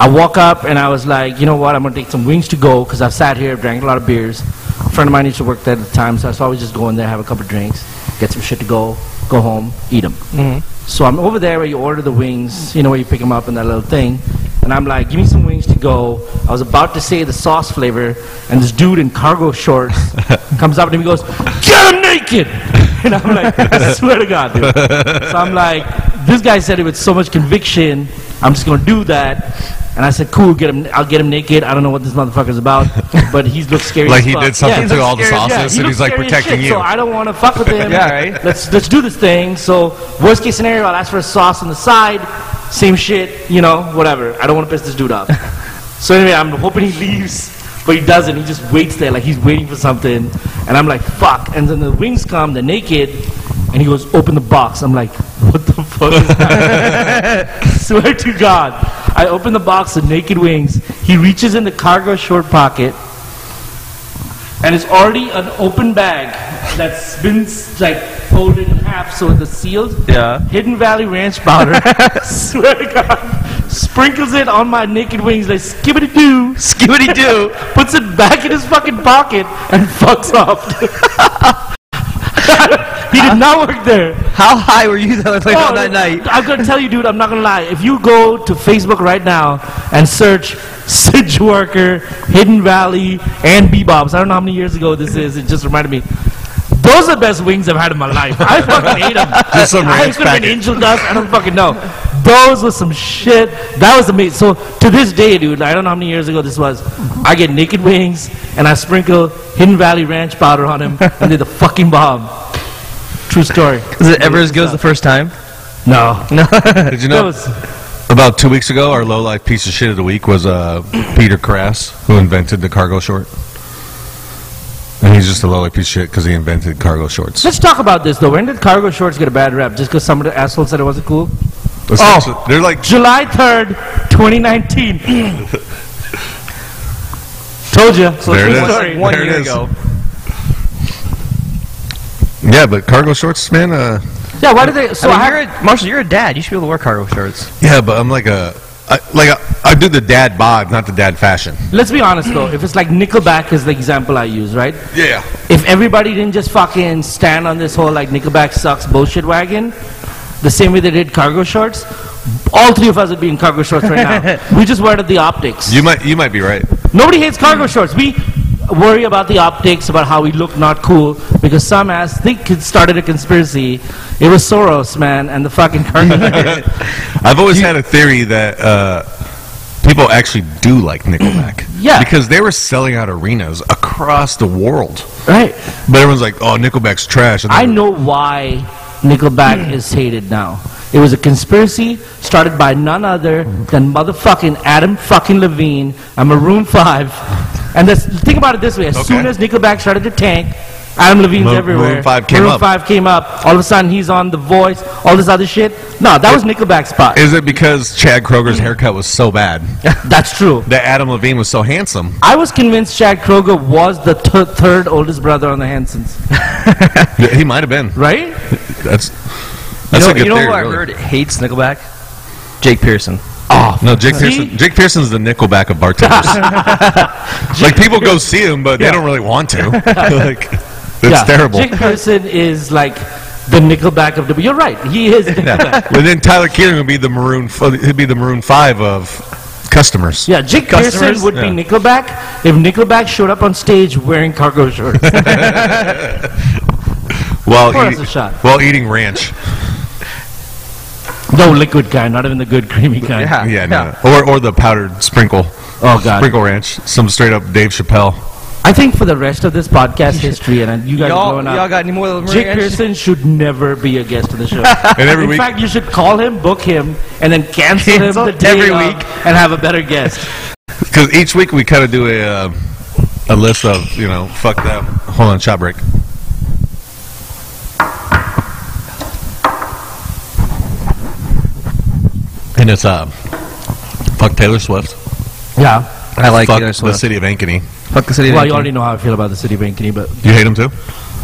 I walk up and I was like, you know what? I'm going to take some wings to go because I've sat here, drank a lot of beers. A friend of mine used to work there at the time, so I was always just go in there, have a couple of drinks, get some shit to go, go home, eat them. So I'm over there where you order the wings, you know, where you pick them up in that little thing. And and I'm like, give me some wings to go. I was about to say the sauce flavor, and this dude in cargo shorts comes up to me and goes, get him naked! And I'm like, I swear to God, dude. So I'm like, this guy said it with so much conviction, I'm just gonna do that. And I said, cool, get him, I'll get him naked. I don't know what this motherfucker's about, but he looks scary Like as he fuck. did something he to looks all the scary as- sauces, he and looks he's, like, scary as protecting shit, you. So I don't want to fuck with him. Yeah, right. Let's let's do this thing. So worst case scenario, I'll ask for a sauce on the side. Same shit, you know, whatever. I don't want to piss this dude off. so anyway, I'm hoping he leaves, but he doesn't. He just waits there like he's waiting for something, and I'm like, fuck. And then the wings come, they're naked, and he goes, open the box. I'm like, what the fuck is swear to God. I open the box of naked wings. He reaches in the cargo short pocket, and it's already an open bag that's been s- like folded in half so it's sealed. Yeah. Hidden Valley Ranch powder. swear to God. Sprinkles it on my naked wings like skibbity doo. Skibbity doo. Puts it back in his fucking pocket and fucks off. he did not work there. How high were you though, like, on that night? Oh, I'm gonna tell you, dude. I'm not gonna lie. If you go to Facebook right now and search Sidge Worker, Hidden Valley, and Bebop's, I don't know how many years ago this is. It just reminded me. Those are the best wings I've had in my life. I fucking ate them. Just some I ranch could have packet. been angel dust. I don't fucking know. Those were some shit. That was amazing. So to this day, dude, I don't know how many years ago this was. I get naked wings and I sprinkle Hidden Valley Ranch powder on him, and they're the fucking bomb. True story. Is it ever as good as the first time? No, No. Did you that know was. about two weeks ago our low life piece of shit of the week was uh, Peter Crass who invented the cargo short. And he's just a low life piece of shit because he invented cargo shorts. Let's talk about this though. When did cargo shorts get a bad rep? Just because some of the assholes said it wasn't cool? It's Oh. actually- they're like July 3rd, 2019. Told you. So There it true is. story. One There it year is. ago. yeah, but cargo shorts, man. Uh, Yeah, why did they? So I mean, I you're a, Marshall, you're a dad. You should be able to wear cargo shorts. yeah, but I'm like a I, like a, I do the dad bod, not the dad fashion. let's be honest though. If it's like Nickelback is the example I use, right? Yeah, If everybody didn't just fucking stand on this whole like Nickelback sucks bullshit wagon, the same way they did cargo shorts, all three of us would be in cargo shorts right now. we just worried of the optics. you might you might be right. Nobody hates cargo shorts. We worry about the optics, about how we look not cool, because some ass think it started a conspiracy. It was Soros, man, and the fucking cargo shorts. I've always had a theory that uh, people actually do like Nickelback. Yeah. Because they were selling out arenas across the world. Right. But everyone's like, oh, Nickelback's trash. And I then- know why Nickelback is hated now. It was a conspiracy started by none other than motherfucking Adam fucking Levine and Maroon 5. And this, think about it this way. As soon Okay. as Nickelback started to tank, Adam Levine's Maroon everywhere. 5 came Maroon up. 5 came up. All of a sudden, he's on The Voice, all this other shit. No, that was Nickelback's spot. Is it because Chad Kroger's Mm. haircut was so bad That's true. that Adam Levine was so handsome? I was convinced Chad Kroger was the th- third oldest brother on the Hansons, Yeah, he might have been. right? That's You that's know, a good you know theory. who I really. heard hates Nickelback? Jake Pearson. Oh, No, Jake See? Pearson. Jake Pearson's the Nickelback of bartenders. like people go see him, but they don't really want to. like, it's terrible. Jake Pearson is like the Nickelback of the. You're right. He is. Yeah. and then Tyler Keating would be the maroon. f- uh, He'd be the maroon five of customers. Yeah, Jake Customers? Pearson would Yeah. be Nickelback if Nickelback showed up on stage wearing cargo shorts. while, Pour us eat- a shot. while eating ranch. no liquid guy, not even the good creamy guy. Yeah. Yeah, no. Or or the powdered sprinkle, Oh god. sprinkle ranch. Some straight up Dave Chappelle. I think for the rest of this podcast history, and uh, you guys are Y'all, growing y'all up. got any more of the Jake ranch? Pearson should never be a guest on the show. And every In week- fact, you should call him, book him, and then cancel, Cancel him the day every of week. and have a better guest. Because each week we kind of do a uh, a list of you know fuck that. Hold on, shot break. And it's uh, fuck Taylor Swift. Yeah. I like fuck Taylor Swift. the city of Ankeny. Fuck the city. Well, you already know how I feel about the city of Ankeny, but You hate him too?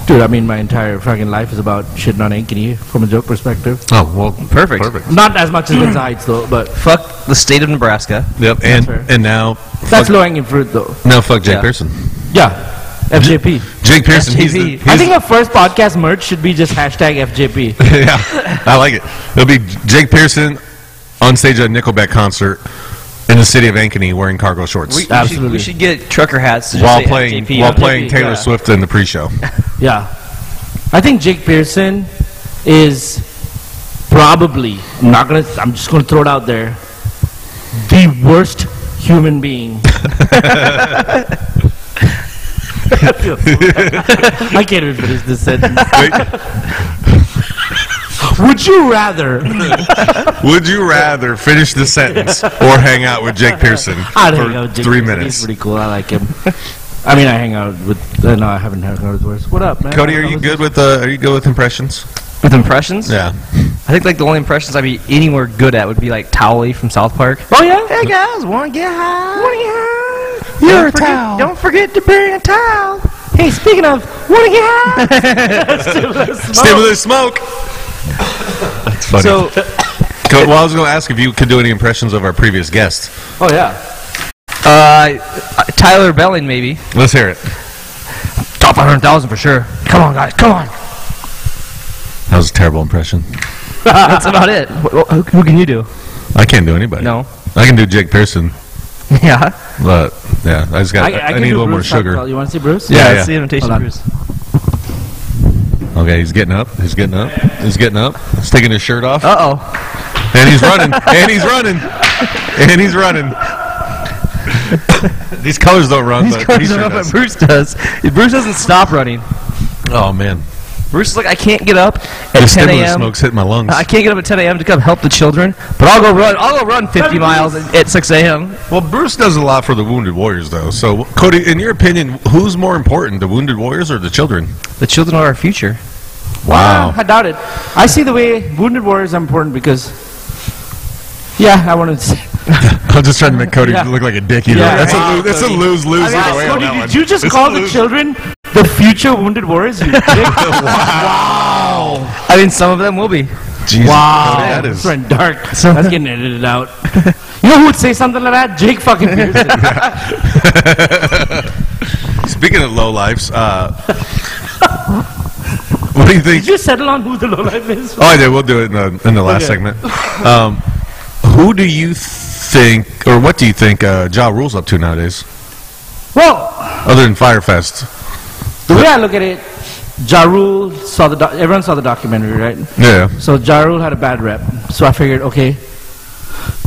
dude, I mean, my entire fucking life is about shitting on Ankeny from a joke perspective. Oh well, Perfect. perfect. Not as much as Windsor Heights, though, but Fuck the state of Nebraska. Yep, and fair. and now that's low hanging fruit, though. now fuck Jake Yeah. Pearson. Yeah, FJP. Jake Pearson, he's the, FJP. he's I think our first podcast merch should be just hashtag FJP. yeah, I like it. It'll be Jake Pearson on stage at a Nickelback concert, in the city of Ankeny wearing cargo shorts We, we should, Absolutely. we should get trucker hats to just while say playing FJP. while FJP, playing Taylor yeah. Swift in the pre-show. Yeah. I think Jake Pearson is probably, I'm not going to, I'm just going to throw it out there, the worst human being. I can't even finish this sentence. Would you rather? Would you rather finish the sentence or hang out with Jake Pearson I for don't know. Jake three Pearson, minutes? He's pretty cool. I like him. I mean, I hang out with. Uh, no, I haven't hung out with worse. What up, man? Cody, are How you was good with uh, are you good with impressions? With impressions? Yeah. I think like the only impressions I'd be anywhere good at would be like Towley from South Park. it? Oh yeah. Hey guys, wanna get high? Wanna get high? You're Don't a forget- towel. Don't forget to bring a towel. Hey, speaking of, wanna get high? Stimulus smoke. That's funny. So Co- well, I was going to ask if you could do any impressions of our previous guest. Oh yeah. uh, Tyler Belling maybe. Let's hear it. Top five hundred thousand for sure. Come on guys, come on. That was a terrible impression. That's about it. Who, who, who can you do? I can't do anybody. No. I can do Jake Pearson, Yeah. but yeah, I just got. I, can need do a little more Bruce sugar. Hucknall. You want to see Bruce? Yeah, That's the yeah. invitation, Hold on. Bruce. Okay, he's getting up. He's getting up. He's getting up. He's taking his shirt off, Uh oh. and he's running. and he's running. And he's running. These colors don't run. He's but going he to sure run, but does. Bruce does. Bruce doesn't stop running. Oh man, Bruce is like, I can't get up the at 10 stimulus a.m. smoke's hitting my lungs. I can't get up at 10 a.m. to come help the children, but I'll go run. I'll go run 50 miles at at 6 a.m. Well, Bruce does a lot for the wounded warriors, though. So, Cody, in your opinion, who's more important, the wounded warriors or the children? The children are our future. Ah, I doubt it. I see the way wounded warriors are important because. Yeah, I want to. Say, I'm just trying to make Cody Yeah. look like a dick. You Yeah, know, that's right. a lo- that's a lose lose I mean, either way. Cody, on that one. did you just It's call a the lose- children the future wounded warriors? You dick? Oh, wow! I mean, some of them will be. Jesus, Wow! Cody, that is. That's went dark. That's getting edited out. You know who would say something like that? Jake fucking Pearson. Speaking of low lives, uh, what do you think? Did you settle on who the lowlife is? Oh, I did. We'll do it in the, in the last Okay. segment. Um, who do you think, or what do you think, uh, Ja Rule's up to nowadays, Well, other than Firefest? the way I look at it, Ja Rule saw the doc- everyone saw the documentary, right? Yeah. So Ja Rule had a bad rep. So I figured, okay,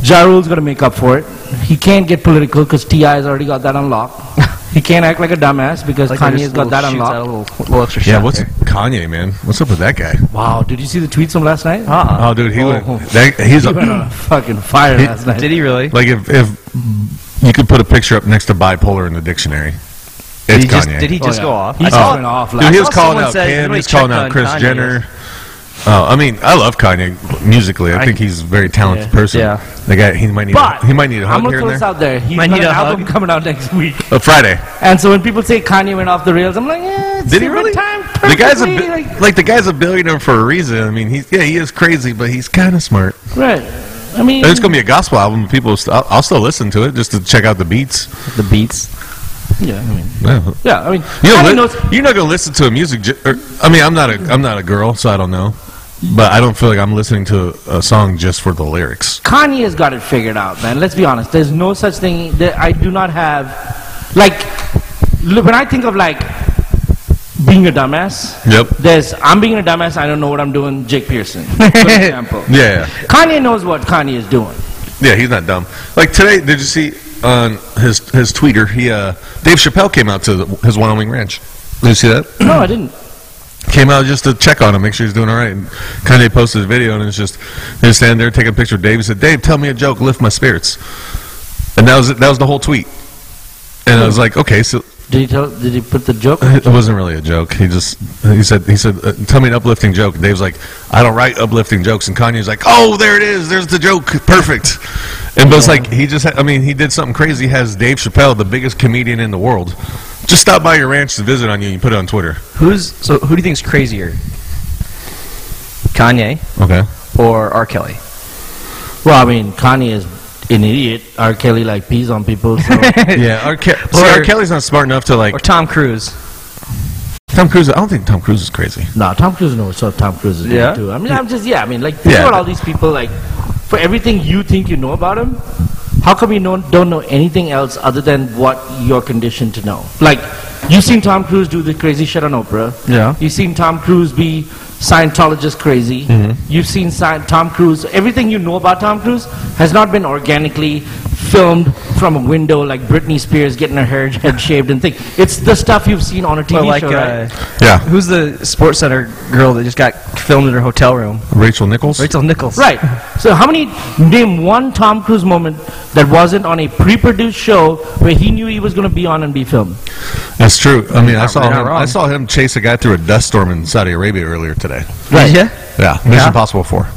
Ja Rule's going to make up for it. He can't get political because T.I. has already got that unlocked. he can't act like a dumbass because Like, Kanye's Kanye's got that A unlocked. little, little extra Yeah. shot What's there. Kanye, man? What's up with that guy? Wow, did you see the tweets from last night? Uh-uh. Oh, dude, he Oh. went. That, he's He went a, on a fucking fire Did- last night. Oh, Did he really? Like if, if you could put a picture up next to bipolar in the dictionary, did it's he just, Kanye. did he Oh, just yeah. go off? He I just saw went off Dude, last he I was saw calling someone out said Kim. nobody He's calling checked out on Chris Kanye. Jenner. Uh, I mean, I love Kanye musically. I, I- think he's a very talented Yeah. person. Yeah. the guy he might need. But a, he might need a I'm hug going to here throw and this there. out there. He's Might got need an a hug. album coming out next week. Uh, Friday. And so when people say Kanye went off the rails, I'm like, eh, it's Did he different really? Time The guy's a perfectly, bi- like- like, the guy's a billionaire for a reason. I mean, he's yeah, he is crazy, but he's kind of smart. right. I mean, There's gonna be a gospel album. People, will st- I'll, I'll still listen to it just to check out the beats. the beats. yeah, I mean, Yeah. yeah, I mean, You Kanye don't knows, li- you're not gonna listen to a music. Ju- or, I mean, I'm not a I'm not a girl, so I don't know. But I don't feel like I'm listening to a song just for the lyrics. Kanye has got it figured out, man. Let's be honest. There's no such thing that I do not have. Like, look, when I think of like being a dumbass, Yep. there's I'm being a dumbass. I don't know what I'm doing. Jake Pearson, for example. Yeah, Kanye knows what Kanye is doing. yeah, yeah. He's not dumb. Like today, did you see on his his tweeter? He uh, Dave Chappelle came out to the, his Wyoming ranch. Did you see that? No, I didn't. Came out just to check on him, make sure he's doing all right. And Kanye posted a video, and it's just they're standing there taking a picture of Dave. He said, "Dave, tell me a joke, lift my spirits." And that was it, that was the whole tweet. And I was like, okay, so Did he tell? Did he put the joke? It wasn't really a joke. He just he said he said uh, tell me an uplifting joke. And Dave's like I don't write uplifting jokes, and Kanye's like oh there it is, there's the joke, perfect. And but it's like he just ha- I mean he did something crazy. He has Dave Chappelle, the biggest comedian in the world, just stop by your ranch to visit on you. and You put it on Twitter. Who's so? Who do you think's crazier? Kanye Okay. or R. Kelly? Well, I mean, Kanye is an idiot. R. Kelly like pees on people. So. Yeah. R. Ke- Or- See, R. Kelly's not smart enough to like Or Tom Cruise? Tom Cruise. I don't think Tom Cruise is crazy. no, Tom Cruise knows what Tom Cruise is doing Yeah? too. I mean, I'm just yeah. I mean, like think Yeah. about all these people. Like for everything you think you know about him, How come you don't, don't know anything else other than what you're conditioned to know? Like, you've seen Tom Cruise do the crazy shit on Oprah. Yeah. You've seen Tom Cruise be Scientologist crazy. Mm-hmm. You've seen Sci- Tom Cruise. Everything you know about Tom Cruise has not been organically filmed from a window like Britney Spears getting her hair head shaved and thing. It's the stuff you've seen on a TV Well, like, show, right? uh, Yeah, who's the Sports Center girl that just got filmed in her hotel room? Rachel Nichols. Rachel Nichols. Right. So how many name one Tom Cruise moment that wasn't on a pre-produced show where he knew he was going to be on and be filmed? That's true. I mean, I Not- saw you're not him, wrong. I saw him chase a guy through a dust storm in Saudi Arabia earlier today. Right. Yeah, Mission Yeah. Impossible Four.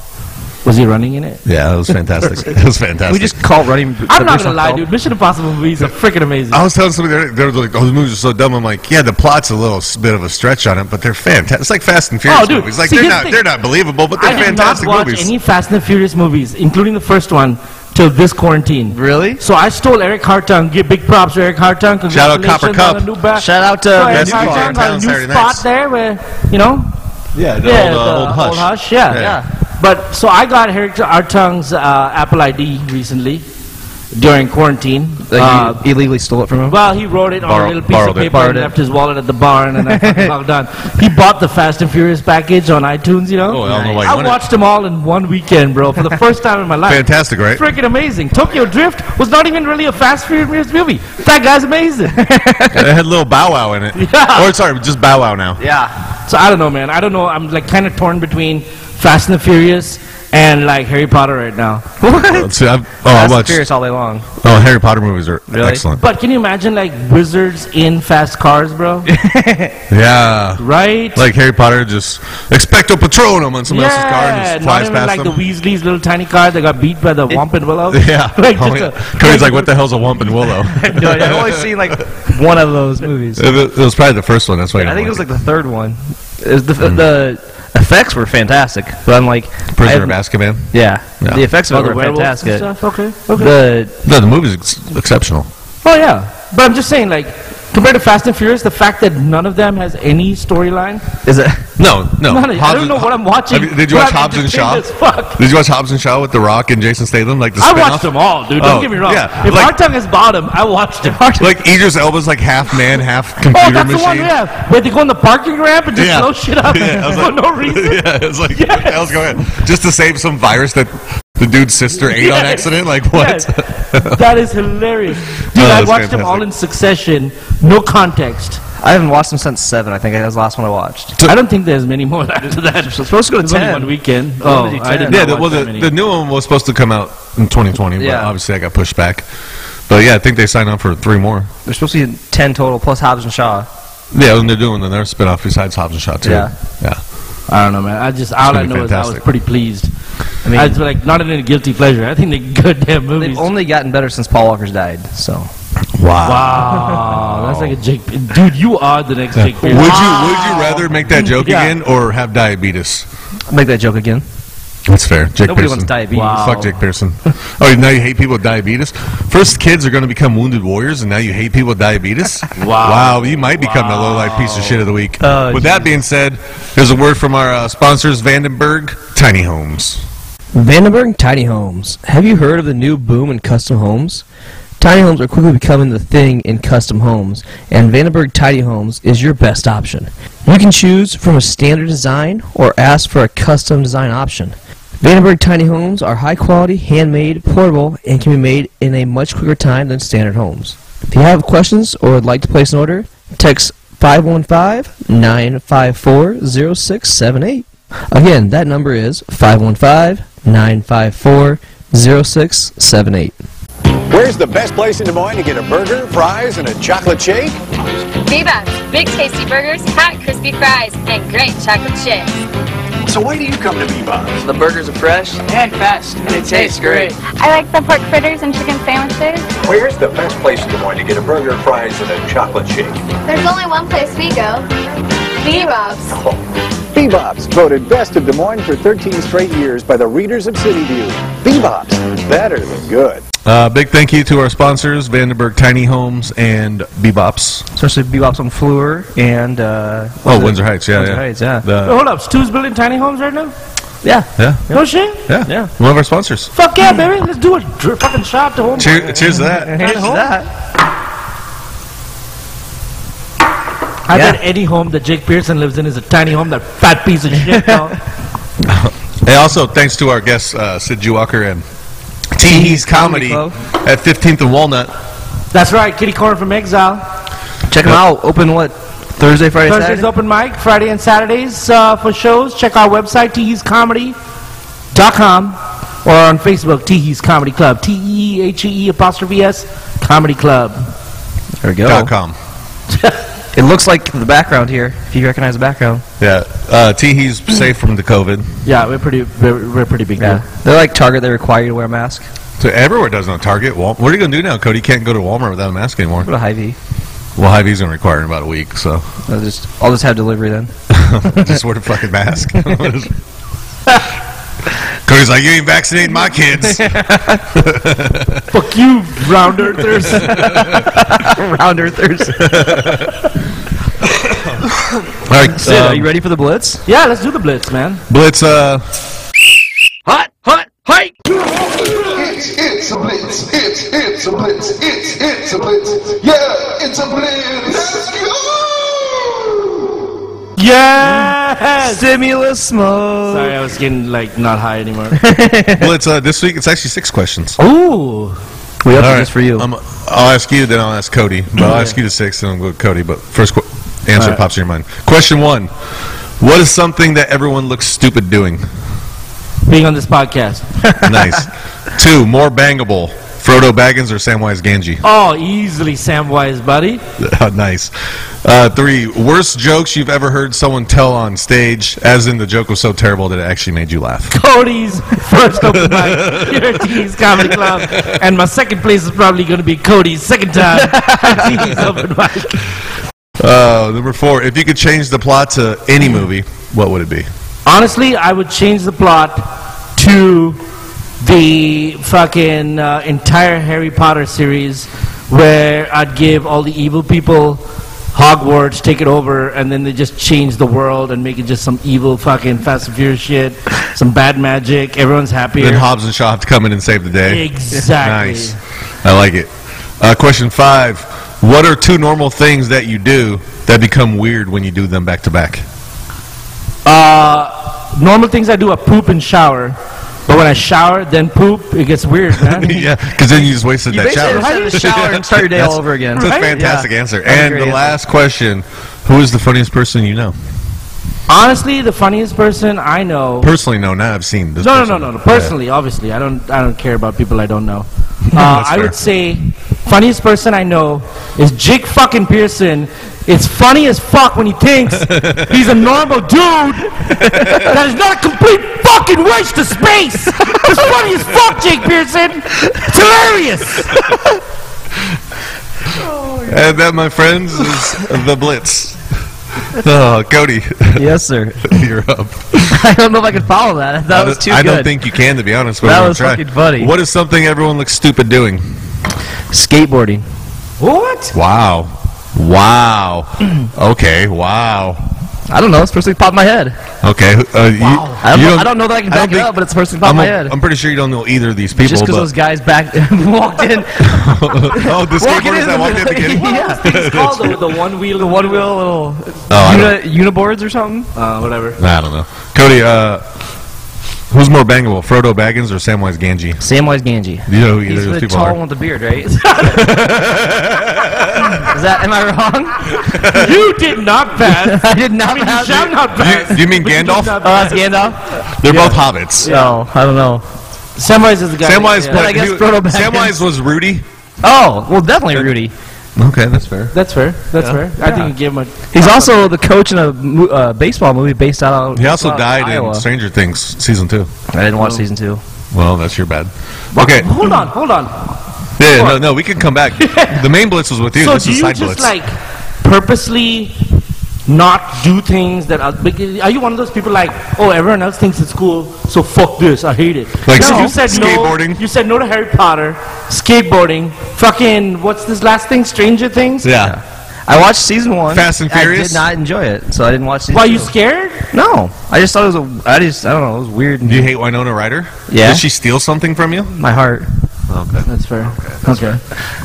Was he running in it? Yeah, that was fantastic. it was fantastic. We just call running. I'm not gonna lie, dude. Mission Impossible movies are freaking amazing. I was telling somebody they're, they're like, "Oh, the movies are so dumb." I'm like, "Yeah, the plot's a little s- bit of a stretch on it, but they're fantastic." It's like Fast and Furious Oh, dude. movies. Like See, they're here's the not thing. they're not believable, but they're I did not fantastic watch movies. any Fast and Furious movies, including the first one, till this quarantine. Really? So I stole Eric Hartung. Give big props to Eric Hartung. Shout out Copper Congratulations Cup. on a new ba- Shout out to So Eric Best Bar in Town Hartung got a Saturday new spot nights. there where you know yeah, the uh, Yeah, the yeah. Yeah. But so I got Eric Artung's uh, Apple ID recently during quarantine. Uh, you illegally stole it from him. well, he wrote it on Borrow- a little piece borrowed of it. paper Borrowed and it. left his wallet at the barn, and I fucking logged on. He bought the Fast and Furious package on iTunes, you know. Oh, I don't know why he I wanted it. watched them all in one weekend, bro, for the first time in my life. Fantastic, right? Freaking amazing. Tokyo Drift was not even really a Fast and Furious movie. That guy's amazing. it had little Bow Wow in it. Yeah. Or sorry, just Bow Wow now. yeah. So I don't know, man. I don't know. I'm like kind of torn between Fast and the Furious and like Harry Potter right now. Well, see, I've- oh, I Fast and watched. Furious all day long. Oh, Harry Potter movies are Really? excellent. But can you imagine like wizards in fast cars, bro? Yeah. right? Like Harry Potter, just expecto patronum on someone else's car and just not flies even past like them. the Weasley's little tiny car that got beat by the Wampin Willow. yeah. like Oh, just yeah. a- Cody's like, what the hell's a Wumpin' Willow? No, I've only seen like one of those movies. it, was, it was probably the first one. That's why I think it don't was like the third one. It was the, the effects were fantastic, but I'm like Prisoner of I- Azkaban. Yeah, Yeah. the effects Oh, of the it were werewolves and fantastic. stuff? Okay. Okay. The No, the movie's ex- exceptional. oh yeah, but I'm just saying like compared to Fast and Furious, the fact that none of them has any storyline. is it? No, no. None of- I don't know what I'm watching. Have you- did you but watch I'm Hobbs and Shaw? entertained as fuck. Did you watch Hobbs and Shaw with The Rock and Jason Statham? Like the I spin-off? watched them all, dude. Don't Oh, get me wrong. yeah. If Like- our tongue is bottom, I watched it. Like Idris Elba's like half man, half computer Oh, that's machine. the one, yeah. Where they go in the parking ramp and just Yeah. blow shit up Yeah, I was for like- no reason. Yeah, it's like what the hell's going on? Just to save some virus that the dude's sister ate on Yes. accident? Like what? Yes. that is hilarious. Dude, Oh, I that's watched them all fantastic. in succession, no context. I haven't watched them since seven. I think that was the last one I watched. I don't think there's many more after that. It's supposed to go to only 10. one weekend. only Oh, do I 10. didn't yeah, know the, well, the, the new one was supposed to come out in 2020, but Yeah. obviously I got pushed back. But yeah, I think they signed on for three more. There's supposed to be ten total plus Hobbs and Shaw. Yeah, and they're doing another spinoff besides Hobbs and Shaw too. Yeah. yeah. I don't know, man. I just all gonna I be know is I was fantastic. pretty pleased. I mean- mean, I was like not in a guilty pleasure. I think they good damn movies. They've only gotten better since Paul Walker's died. So wow, Ah, that's like a Jake. P- Dude, you are the next Jake. Would you Pierce. Would you rather make that joke Yeah. again or have diabetes? make that joke again. That's fair. Jake Nobody Pearson. wants diabetes. Wow. Fuck Jake Pearson. oh, now you hate people with diabetes? First, kids are going to become wounded warriors, and now you hate people with diabetes? wow. Wow, you might become the low-life piece of shit of the week. Oh, with that being said, there's a word from our uh, sponsors, Vandenberg Tiny Homes. Vandenberg Tiny Homes. Have you heard of the new boom in custom homes? Tiny homes are quickly becoming the thing in custom homes, and Vandenberg Tiny Homes is your best option. You can choose from a standard design or ask for a custom design option. Vandenberg Tiny Homes are high quality, handmade, portable, and can be made in a much quicker time than standard homes. If you have questions or would like to place an order, text 515 954 0678. Again, that number is 515 954 0678. Where's the best place in Des Moines to get a burger, fries, and a chocolate shake? Bebop's, big tasty burgers, hot crispy fries, and great chocolate chips. So why do you come to Bebop? The burgers are fresh and fast, and it tastes great. I like the pork fritters and chicken sandwiches. Where's the best place in Des Moines to get a burger, fries, and a chocolate shake? There's only one place we go. Bebop's. Bebop's, Oh. voted best of Des Moines for 13 straight years by the readers of City View. Bebop's, better than good. Uh, big thank you to our sponsors, Vandenberg Tiny Homes and Bebops. Especially Bebop's on Fleur and uh, Oh, Windsor Heights, yeah, Windsor yeah. Heights, yeah. Oh. The- Hold up, Stu's building tiny homes right now. Yeah. Yeah. No shit. Yeah. Yeah. One of our sponsors. Fuck yeah, baby. Let's do a dr- fucking shop to home. Cheer, cheers to that. Cheers to that. I bet any home that Jake Pearson lives in is a tiny home. That fat piece of shit. dog. Hey, also thanks to our guests uh, Sid G. Walker and Teehee's Comedy Club. at 15th and Walnut. That's right. Kitty Corner from Exile. Check them out. Open what? Thursday, Friday, Thursday's Saturday. open mic. Friday and Saturdays uh, for shows. Check our website, teehescomedy.com, or on Facebook, Teehees Comedy Club. T E H E E apostrophe S Comedy Club. There we go. Dot com. It looks like the background here. If you recognize the background, Yeah, uh, Teehee's safe from the COVID. Yeah, we're pretty we're, we're pretty big yeah, they're like Target. They require you to wear a mask. So everywhere does on Target. Wal- what are you gonna do now, Cody? You can't go to Walmart without a mask anymore. Go to Hy-Vee. Well, Hy-Vee's gonna require it in about a week, so I'll just I'll just have delivery then. just wear the fucking mask. Cody's like, you ain't vaccinating my kids. Fuck you, round earthers. Round earthers. All right, Sid, are um, you ready for the blitz? yeah, let's do the blitz, man. Blitz. Uh, Hot, hot, hike! It's it's a blitz. It's it's a blitz. It's it's a blitz. Yeah, it's a blitz. Let's go. Yes. Stimulus smoke. Sorry, I was getting like not high anymore. Blitz. Uh, this week it's actually six questions. Ooh. We up All it right. just for you. Um, I'll ask you, then I'll ask Cody. But I'll ask you the six, then I'll go with Cody. But first qu- answer All right. pops in your mind. Question one What is something that everyone looks stupid doing? Being on this podcast. nice. Two, more bangable Frodo Baggins or Samwise Ganji? Oh, easily Samwise, buddy. nice. Uh, three, worst jokes you've ever heard someone tell on stage, as in the joke was so terrible that it actually made you laugh. Cody's first open mic here at T's Comedy Club, and my second place is probably going to be Cody's second time at T's open mic. Uh, number four, if you could change the plot to any movie, what would it be? Honestly, I would change the plot to the fucking uh, entire Harry Potter series, where I'd give all the evil people Hogwarts, take it over, and then they just change the world and make it just some evil fucking Fast and Furious shit, some bad magic. Everyone's happier. Then Hobbs and Shaw have to come in and save the day. Exactly. Nice. I like it. Uh, question five: What are two normal things that you do that become weird when you do them back to back? Uh, normal things I do are poop and shower, but when I shower then poop, it gets weird, man. Yeah, because then you just wasted you that basically shower. That's just have to shower and start your day all over again. a fantastic Yeah. answer. That's a And great the answer. last question: Who is the funniest person you know? Honestly, the funniest person I know. Personally, no. Now I've seen this. no, no, person. no, no, no. Personally, obviously, I don't, I don't care about people I don't know. Uh, That's I fair. would say funniest person I know is Jake fucking Pearson. It's funny as fuck when he thinks he's a normal dude. that is not a complete fucking waste of space. It's funny as fuck, Jake Pearson. It's hilarious. Yeah. And Uh, that, my friends, is the Blitz. Oh, Cody, Yes, sir. you're up. I don't know if I can follow that. That was too I don't good. think you can, to be honest. But That I'm gonna was try. fucking funny. What is something everyone looks stupid doing? Skateboarding. What? Wow. Wow. okay. Wow. I don't know. It's the first thing that popped in my head. Okay. Uh, you, I don't, you know, I don't know that I can I don't back it think- up, but it's the first thing that popped I'm, in my a- head. I'm pretty sure you don't know either of these people. Just because but- those guys back walked in, oh, the walking skateboarders in, that walked in the beginning. yeah, It's called the, the one wheel, the one wheel, little Oh, I don't- Uni- uniboards or something. uh, whatever. Nah, I don't know. Cody, uh, who's more bangable, Frodo Baggins or Samwise Ganji? Samwise Ganji. Do you know who either He's of those the people tall are? one with the beard, right? Is that? Am I wrong? You did not pass. I did not You have. shall it. not pass. You, you mean But you did Gandalf? not Oh, that's Gandalf. They're both hobbits. No, I don't know. Samwise is the guy. Samwise, yeah. played- I guess he- Frodo Baggins. Samwise was Rudy. Oh, well, definitely Rudy. Okay, that's fair. That's fair. That's fair. I think you gave him a. He's also the coach in a mo- uh, baseball movie based out of. He also out of died in uh, Iowa. Stranger Things season two. I didn't watch season two. Well, that's your bad. Okay, Hold on, hold on. yeah, no, no, we can come back. the main blitz was with you. so this do is you side just blitz. like purposely not do things that are? bec- Are you one of those people like, oh, everyone else thinks it's cool, so fuck this, I hate it. Like no, s- you said skateboarding? no. You said no to Harry Potter, skateboarding, fucking what's this last thing? Stranger Things. yeah. I watched season one. Fast and I Furious? did not enjoy it, so I didn't watch. Season Why, two. you scared? No, I just thought it was a. I just I don't know. It was weird. Do you hate Winona Ryder? Yeah. Did she steal something from you? My heart. Okay. That's fair. okay.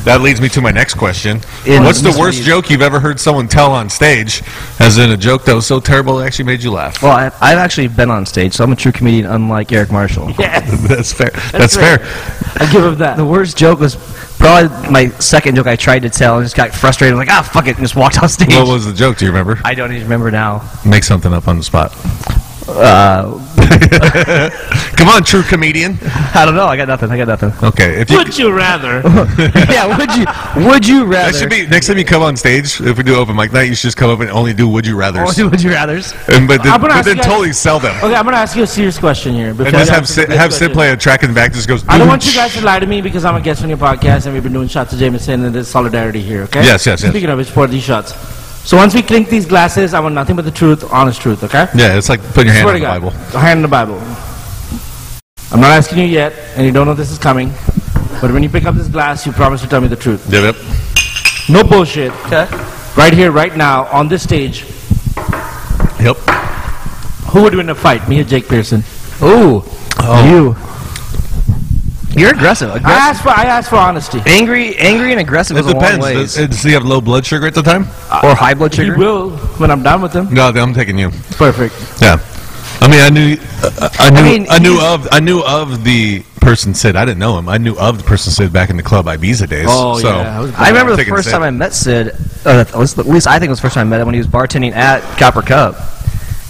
That leads me to my next question. In- What's the Mr. worst Reed. joke you've ever heard someone tell on stage? As in a joke that was so terrible it actually made you laugh. Well, I, I've actually been on stage, so I'm a true comedian, unlike Eric Marshall. Yes. That's fair. That's That's, fair. fair. I give him that. The worst joke was probably my second joke I tried to tell and just got frustrated. like, ah, fuck it, and just walked off stage. What was the joke? Do you remember? I don't even remember now. Make something up on the spot. Uh, Come on, true comedian. I don't know. I got nothing. I got nothing. Okay. If you, Would you rather? yeah, would you? Would you rather? that should be next time you come on stage. If we do open mic night, you should just come up and only do would you rather's. Only would you rather's. And but then, I'm gonna but ask then you guys- totally sell them. Okay, I'm gonna ask you a serious question here. And before just I have answer Sid, this have Sid question. play a track in the back. Just goes. I don't want you guys to lie to me because I'm a guest on your podcast and we've been doing shots of Jameson and there's solidarity here, okay? Yes, yes, yes. Speaking of which, pour these shots. So once we clink these glasses, I want nothing but the truth, honest truth, okay? Yeah, it's like putting your hand Swear on the to God. Bible. A hand in the Bible. I'm not asking you yet, and you don't know this is coming, but when you pick up this glass, you promise to tell me the truth. Yep. No bullshit. Okay. Right here, right now, on this stage, Yep. who would win a fight, me or Jake Pearson? Ooh. You. You're aggressive. I aggressive. askve for, I asked for honesty. Angry, angry, and aggressive It is a long depends. ways. Does, does he have low blood sugar at the time? or high blood He sugar. will when I'm done with him. No, I'm taking you. Perfect. Yeah. I mean, I knew, uh, I knew, I, mean, knew of, I knew of the person Sid. I didn't know him. I knew of the person Sid back in the club Ibiza days. Oh, so yeah, I was- I remember the Taking first Sid. time I met Sid. Uh, at least at least I think it was the first time I met him when he was bartending at Copper Cup.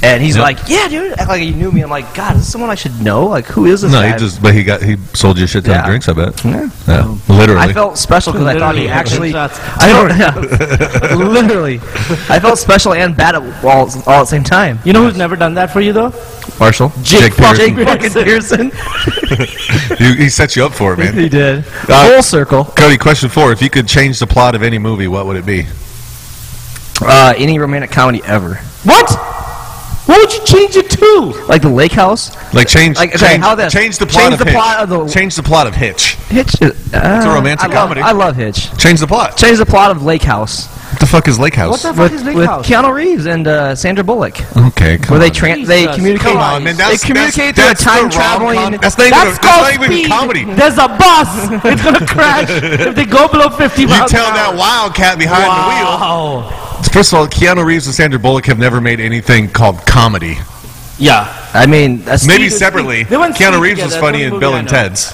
And he's Yep. like, "Yeah, dude, act like he knew me." I'm like, "God, is this someone I should know? Like, who is this No, guy?" he just, but he got, he sold you a shit ton Yeah. of drinks. I bet. Yeah. Yeah, literally. I felt special because I thought he actually. Literally, headshots. I don't. literally, I felt special and bad at all, all at the same time. You know who's never done that for you though? Marshall, Jake, Jake fucking- Pearson. Jake fucking Pearson. You- he set you up for it, man. he did. Uh, Full circle. Cody, question four: If you could change the plot of any movie, what would it be? Uh, any romantic comedy ever? What? What would you change it to? Like the Lake House. Like change, Like, okay, change, how this? change the plot Change of the Hitch. plot of the- change the plot of Hitch. Hitch. Is, uh, It's a romantic I love- comedy. I love Hitch. Change the plot. Change the plot of Lake House. What the fuck is Lake House? What the fuck with, is Lake with House? Keanu Reeves and uh, Sandra Bullock, okay, come where they on. tran they Jesus communicate. Come on, man. That's, they communicate that's, that's through a time the rom-com. traveling. That's not even, That's a, that's called not even speed. comedy. You There's a bus. It's gonna crash if they go below 50 tell miles. an that hour. wildcat behind the Wow. wheel. First of all, Keanu Reeves and Sandra Bullock have never made anything called comedy. Yeah. I mean, that's Maybe Speed is- separately. they went Keanu Speed Reeves was together. funny That's one in Bill movie and I know. Ted's.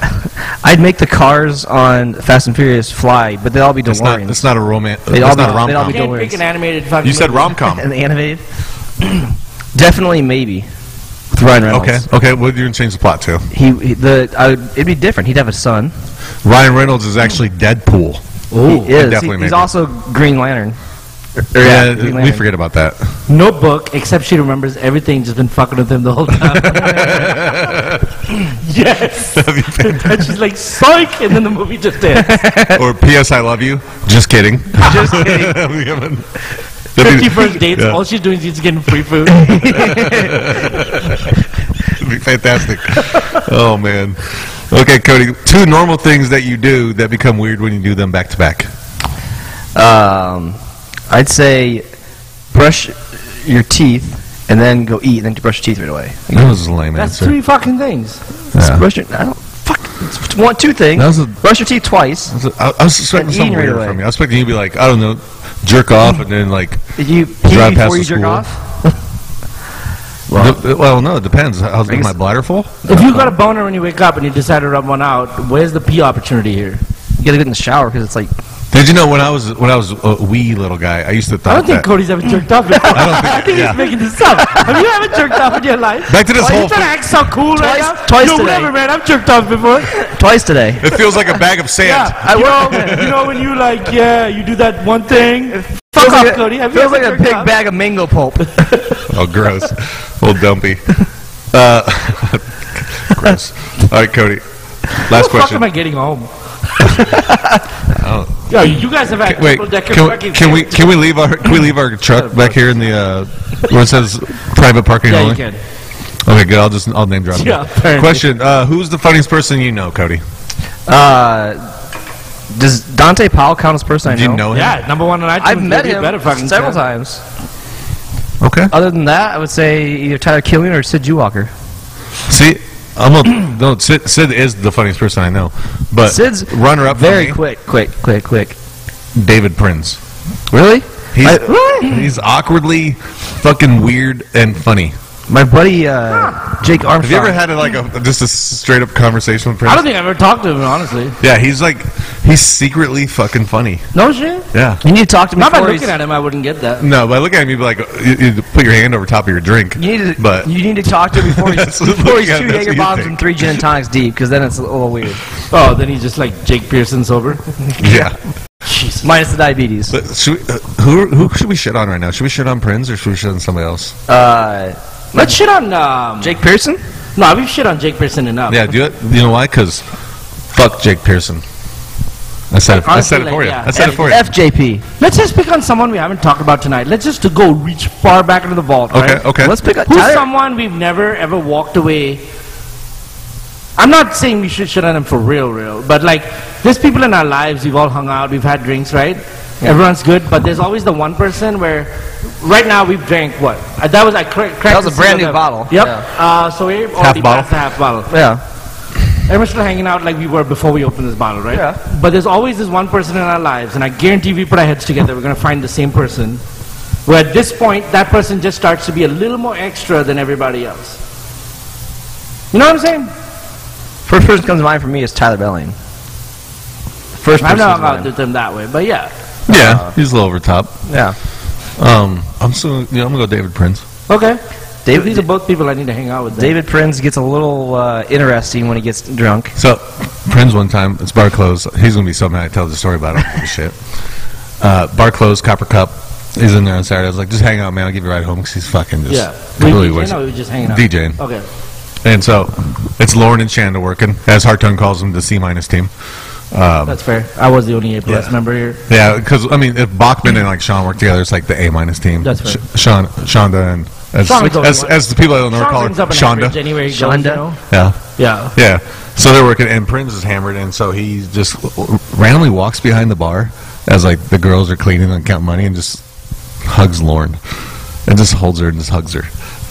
I'd make the cars on Fast and Furious fly, but they'd all be It's not. DeLoreans It's not a romance. They'd It's not a all be- they'd all rom be- com. Can't pick an animated fucking You said movie. rom com. and animated. Definitely, maybe with Ryan Reynolds. Okay. Okay. What are you gonna change the plot to? He, he- the I would, it'd be different. He'd have a son. Ryan Reynolds is actually Deadpool. he is. definitely He- maybe. he's also Green Lantern. Or- or, Yeah, Green we Lantern. forget about that. No book, except she remembers everything. Just been fucking with him the whole time. yes. That'd be fantastic. and she's like, psych, and then the movie just ends. or P.S. I love you. Just kidding. Just kidding. We haven't- that'd be- 51st dates. Yeah. All she's doing is she's getting free food. It'd be fantastic. oh man. Okay, Cody. Two normal things that you do that become weird when you do them back to back. Um, I'd say brush your teeth and then go eat, and then brush your teeth right away. That was a lame That's answer. three fucking things. Just Yeah. brush your. I don't fuck. It's one, two things. That was a- brush your teeth twice. I was- I, I was expecting something And eating right weird away. from you. I was expecting you to be like, I don't know, jerk off and then like. Did you Drive pee past before the you jerk school. off? Well, well no, it depends. How's I is my guess- bladder full? If you got a boner when you wake up and you decide to rub one out, where's the pee opportunity here? You gotta get in the shower because it's like Did you know when I was when I was a wee little guy, I used to I thought don't think that. Cody's ever jerked off before. I, don't think- think yeah. he's making this up. Have you ever jerked off in your life? Back to this Are you whole trying to act so cool right Twice- now? twice Yo, today. whatever, man. I've jerked off before. twice today. it feels like a bag of sand. Yeah, I you know, you know when you like, yeah, you do that one thing. Fuck feels off, like a, Cody. Have you feels ever like a jerked big off? bag of mango pulp. Oh, gross. Old dumpy. Uh, gross. All right, Cody. Last How the fuck question. am I getting home? Yeah, you guys have had Wait, double-decker can, we- fucking can we can we leave our can we leave our truck back here in the uh, where it says private parking Yeah, only? you can. Okay, good. I'll just I'll name drop. it. Yeah, apparently. Question: uh, Who's the funniest person you know, Cody? uh, Does Dante Powell count as a person I know? Do you know him? Yeah, number one on iTunes. I've met dude, you him better fucking several count. times. Okay. Other than that, I would say either Tyler Killian or Sid Jewalker. See, I'm a, no, Sid, Sid is the funniest person I know, but Sid's runner up very quick, quick, quick, quick. David Prince. Really? He's, he's awkwardly fucking weird and funny. My buddy uh, Jake Armstrong. Have you ever had a, like a just a straight up conversation with Prince? I don't think I've ever talked to him, honestly. yeah, he's like he's secretly fucking funny. No shit. Yeah. You need to talk to me. Not by before looking he's- at him, I wouldn't get that. No, by looking at me, you'd be like you, you put your hand over top of your drink. You need to, But you need to talk to him before he's, That's what before he's looking at two him, that's Jaeger what you bombs think. and three gin and tonics deep, because then it's a little weird. Oh, then he's just like Jake Pearson sober. yeah. Minus the diabetes. But should we, uh, who who should we shit on right now? Should we shit on Prince or should we shit on somebody else? Uh, Let's shit on um, Jake Pearson? No, we've shit on Jake Pearson enough. Yeah, do it. You know why? Because fuck Jake Pearson. I said it. I said it for Honestly, like, you. yeah. I said it for you. FJP. Let's just pick on someone we haven't talked about tonight. Let's just to go reach far back into the vault. Okay, right? okay. Let's pick up Who's Tyler. someone we've never ever walked away? I'm not saying we should shit on them for real, real, but like there's people in our lives we've all hung out, we've had drinks, right? Everyone's good, but there's always the one person where, right now we've drank what? Uh, that was I cra- cracked. That was the a brand seal new of- bottle. Yep. Yeah. Uh, so we're already bottle. past the half bottle. yeah. And we're still hanging out like we were before we opened this bottle, right? Yeah. But there's always this one person in our lives, and I guarantee if we put our heads together, we're going to find the same person. Where at this point, that person just starts to be a little more extra than everybody else. You know what I'm saying? First person comes to mind for me is Tyler Belling. First I've person. not comes hung to out mind. with them that way, but yeah. Yeah, he's a little over top. Yeah. Um, I'm still. You know, I'm gonna go David Prince. Okay. David- these are both people I need to hang out with. Then. David Prinz gets a little uh, interesting when he gets drunk. So, Prince one time, it's bar close. He's gonna be so mad I tell the story about him. shit. Uh, bar close, copper cup. He's in there on Saturday. I was like, just hang out, man. I'll give you a ride home because he's fucking just Yeah. completely we, wasted. no, we were just hanging out. DJing. Okay. And so, it's Lauren and Shanda working, as Hartung calls them, the C minus team. That's fair. I was the only A plus Yeah. member here. Yeah, because I mean, if Bachman and like Sean work together, it's like the A minus team. That's right. Sh- Sean, Shonda, and as, Shonda's the only as, one. as the people I don't know Sean call her brings up an average Shonda. anywhere he goes, Shonda. you know? Yeah, Yeah. yeah. So they're working, and Prince is hammered, and so he just randomly walks behind the bar as like the girls are cleaning and count money, and just hugs Lauren, and just holds her and just hugs her,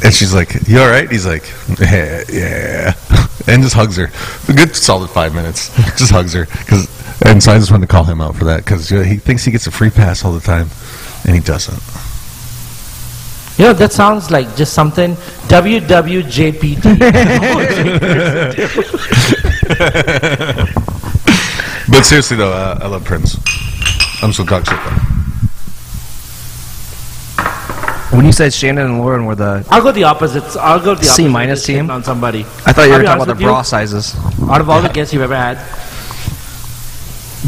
and she's like, "You all right?" He's like, "Yeah, yeah," and just hugs her. A good solid five minutes. Just hugs her because, and so I just wanted to call him out for that because he thinks he gets a free pass all the time, and he doesn't. You know, that sounds like just something WWJPT. But seriously though, uh, I love Prince. I'm still dog shit though. When you said Shannon and Lauren were the, I'll go the opposite. I'll go the C opposite minus just hitting team? on somebody. I thought you I'll were be talking about honest the with you. bra sizes. Out of all the guests you've ever had,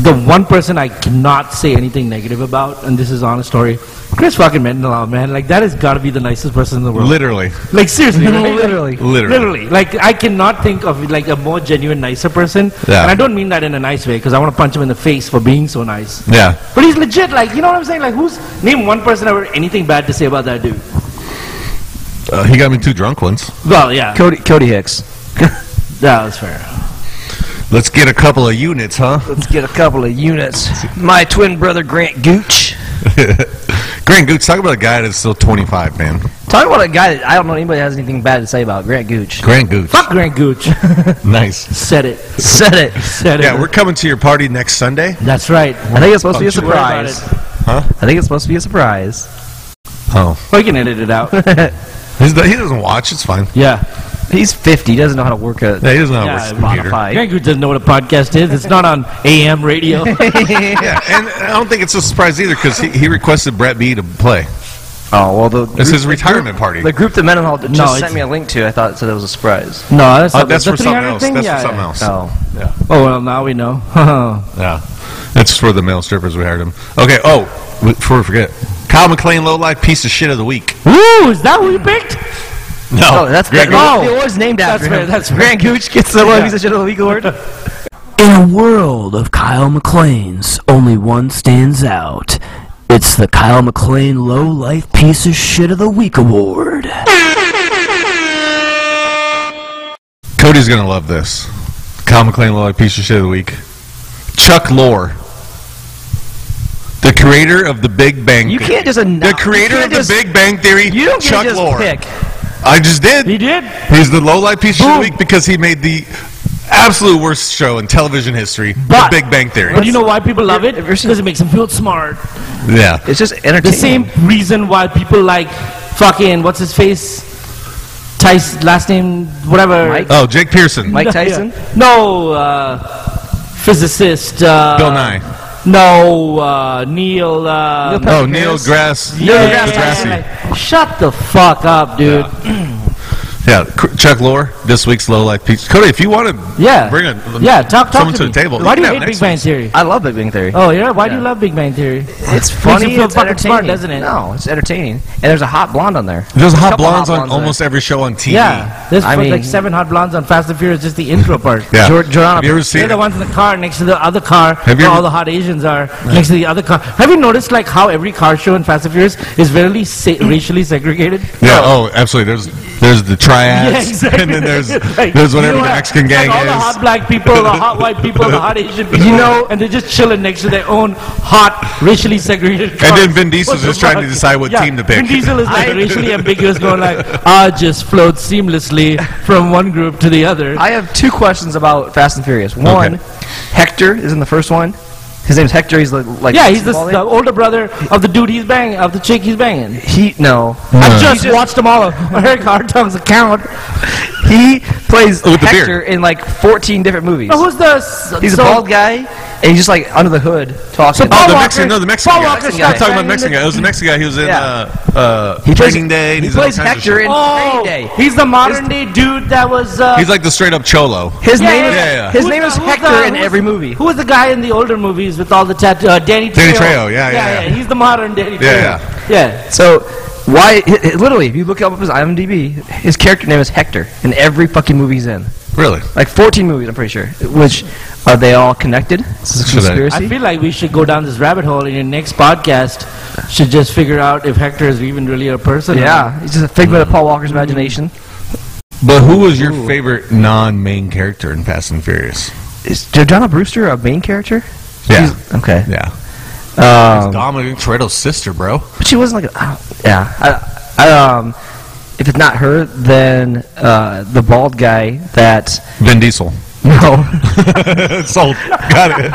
the one person I cannot say anything negative about, and this is honest story, Chris fucking Mendenhall, man. Like that has got to be the nicest person in the world. Literally, like seriously, right? Literally. Literally. literally. Like I cannot think of like a more genuine, nicer person. Yeah. And I don't mean that in a nice way because I want to punch him in the face for being so nice. yeah. But he's legit. Like you know what I'm saying? Like who's name one person ever anything bad to say about that dude? Uh, he got me too drunk once. Well, yeah, Cody, Cody Hicks. that was fair. Let's get a couple of units, huh? Let's get a couple of units. My twin brother Grant Gooch. Grant Gooch, talk about a guy that's still 25, man. Talk about a guy that I don't know anybody has anything bad to say about. Grant Gooch Grant Gooch. Fuck Grant Gooch. Nice. Said it. said it. Said Yeah, it. we're coming to your party next Sunday. That's right. I think it's supposed to be a Don't you worry about surprise. Huh? I think it's supposed to be a surprise. Oh. We can edit it out. He's, he doesn't watch. It's fine. yeah. He's 50. He doesn't know how to work a Yeah, he doesn't know Yeah, how to work a computer. Spotify. Grant Good doesn't know what a podcast is. It's not on AM radio. Oh, Yeah, and I don't think it's a surprise either because he, he requested Brett B to play. Oh well, the It's his retirement party. the group that Mendenhall just No, it's- sent me a link to. I thought said it was a surprise. no, that's, Oh, not that's the for something 300 else. thing? That's Yeah, for something yeah. else. Oh. Oh, well, now we know. Yeah. Oh. That's for the male strippers. We hired him. Okay. Oh, w- before we forget, Kyle McLean, low life piece of shit of the week. Ooh, is that who you picked? No, Oh, that's Grant that, Gooch. oh, it was named That's after fair, him. that's fair. Grant Gooch gets the Yeah. one piece of shit of the week award. In a world of Kyle McLean's, only one stands out. It's the Kyle McLean Low Life Piece of Shit of the Week Award. Cody's gonna love this. Kyle McLean, low life piece of shit of the week. Chuck Lorre, the creator of the Big Bang. You Theory. can't just announce. The creator of the Big Bang Theory. You don't get Chuck to just Lorre. pick. I just did. He did. He's the low light piece of the week because he made the absolute worst show in television history, But- The Big Bang Theory. But you know why people love it? Because it makes them feel smart. yeah. It's just The same reason why people like fucking what's his face, Tyson last name whatever. Oh, Jake Pearson. No, yeah. No, uh, physicist. Uh, Bill Nye. No, uh, Neil. Uh, Neil Oh, Neil Patrick Harris. Grass- Yeah, Neil yeah, Grass yeah, Tyson. yeah. Shut the fuck up, dude. Yeah, C- Chuck Lorre, this week's low life piece. Cody, if you want to, Yeah. bring a, Yeah, talk- talk someone to to, me. the table. Why you can do you have hate next Big Bang week's. Theory? I love Big Bang Theory. Oh yeah, why do you love Big Bang Theory? It's Makes funny. you feel it's fucking smart, entertaining. doesn't it? No, it's entertaining. And there's a hot blonde on there. There's a hot couple blondes on blondes there. almost every show on TV. Yeah, there's I put, mean- like seven hot blondes on Fast and Furious. Just the intro part. Yeah. Jor- Geronimo. Have you ever seen They're it? the ones in the car next to the other car Have you where ever- all the hot Asians are next to the other car. Have you noticed like how every car show in Fast and Furious is really se- racially segregated? Yeah. Oh, absolutely. There's there's the triads, Yeah, exactly. and then there's Like, there's whatever you the know, Mexican gang like all the is. hot black people, the hot white people, the hot Asian people, you know, and they're just chilling next to their own hot, racially segregated. then cars. Vin Diesel's What the just trying to fuck? decide what Yeah, team to pick. Vin Diesel is like I- racially ambiguous, going like, "I just float seamlessly from one group to the other." I have two questions about Fast and Furious. One, Hector is in the first one. His name's Hector. He's like, like yeah, he's the, balding. the older brother of the dude he's banging, of the chick he's banging. he no. I just watched them all on Eric Hartung's account. He plays Oh, With the Hector in like 14 different movies. No, who's the? s- he's a Oh, so- bald guy, and he's just like under the hood talking. Oh, the Mexican, no, the Mexican Paul guy. Walker I'm starts talking about banging Mexican the- guy. It was the Mexican guy. He was in Yeah. uh, uh, He plays- Training Day. and he he's in all plays kinds of Hector shit. in Oh, Training Day. he's the modern day dude that was. Uh, He's like the straight up cholo. His Yeah, name yeah, is yeah. Yeah, his Who's name the- is who's Hector the- in who's- every movie. Who was the guy in the older movies with all the tattoo? Uh, Danny Trejo. Danny Trejo, yeah, yeah, yeah. He's the modern Danny Yeah, Trejo. Yeah. So why hi- hi- literally, if you look up his IMDb, his character name is Hector in every fucking movie he's in. Really? Like 14 movies, I'm pretty sure. Which are they all connected? This is a Should I- I conspiracy. feel like we should go down this rabbit hole, and your next podcast should just figure out if Hector is even really a person. or not. yeah, it's just a figment of Paul Walker's imagination. But who was your favorite non-main character in Fast and Furious? Is Jordana Brewster a main character? Yeah. She's- okay. Yeah. Um, Dominic Toretto's sister, bro. But she wasn't like, a, I don't- yeah. I, I, um, if it's not her, then uh, the bald guy that Vin Diesel. no, Sold. Got it.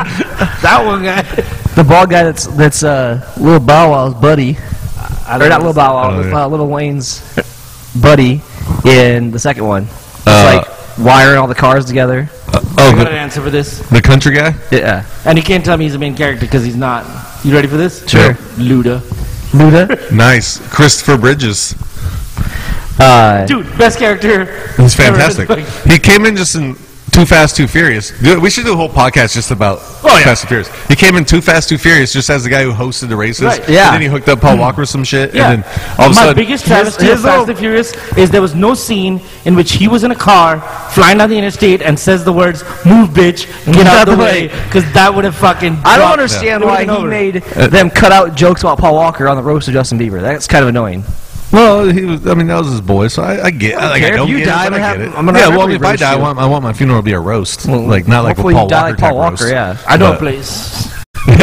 that one guy. the bald guy that's that's uh, Lil Bow Wow's buddy, I or not Lil Bow I don't Wow, know. uh, Lil Wayne's buddy in the second one. It's Uh, like wiring all the cars together. oh, I got an the, answer for this, the country guy. Yeah, and you can't tell me he's a main character because he's not. You ready for this? Sure. Luda. Luda. Nice, Christopher Bridges. Uh, Dude, best character. He's ever. fantastic. He came in just in Too Fast, Too Furious. Dude, We should do a whole podcast just about Oh, Too Fast, Too Furious. He came in Too Fast, Too Furious just as the guy who hosted the races. Right. Yeah. And Hmm. then he hooked up Paul Walker with some shit. Yeah. And then all of a My sudden, biggest travesty his of Fast little- and Furious is there was no scene in which he was in a car flying down the interstate and says the words "Move, bitch, get out of the way," because that would have fucking. I don't dropped- understand it would've why been he over. made them cut out jokes about Paul Walker on the roast of Justin Bieber. That's kind of annoying. well, he was, I mean, that was his boy, so I, I get. I, like, care I if don't you get die, it, but I'm I gonna get have- it. I'm gonna yeah, have well, everybody if I roast die, I you. want, I want my funeral to be a roast, Well, like not like a hopefully Paul you die Walker like Paul type Walker. roast. Yeah. I know a place.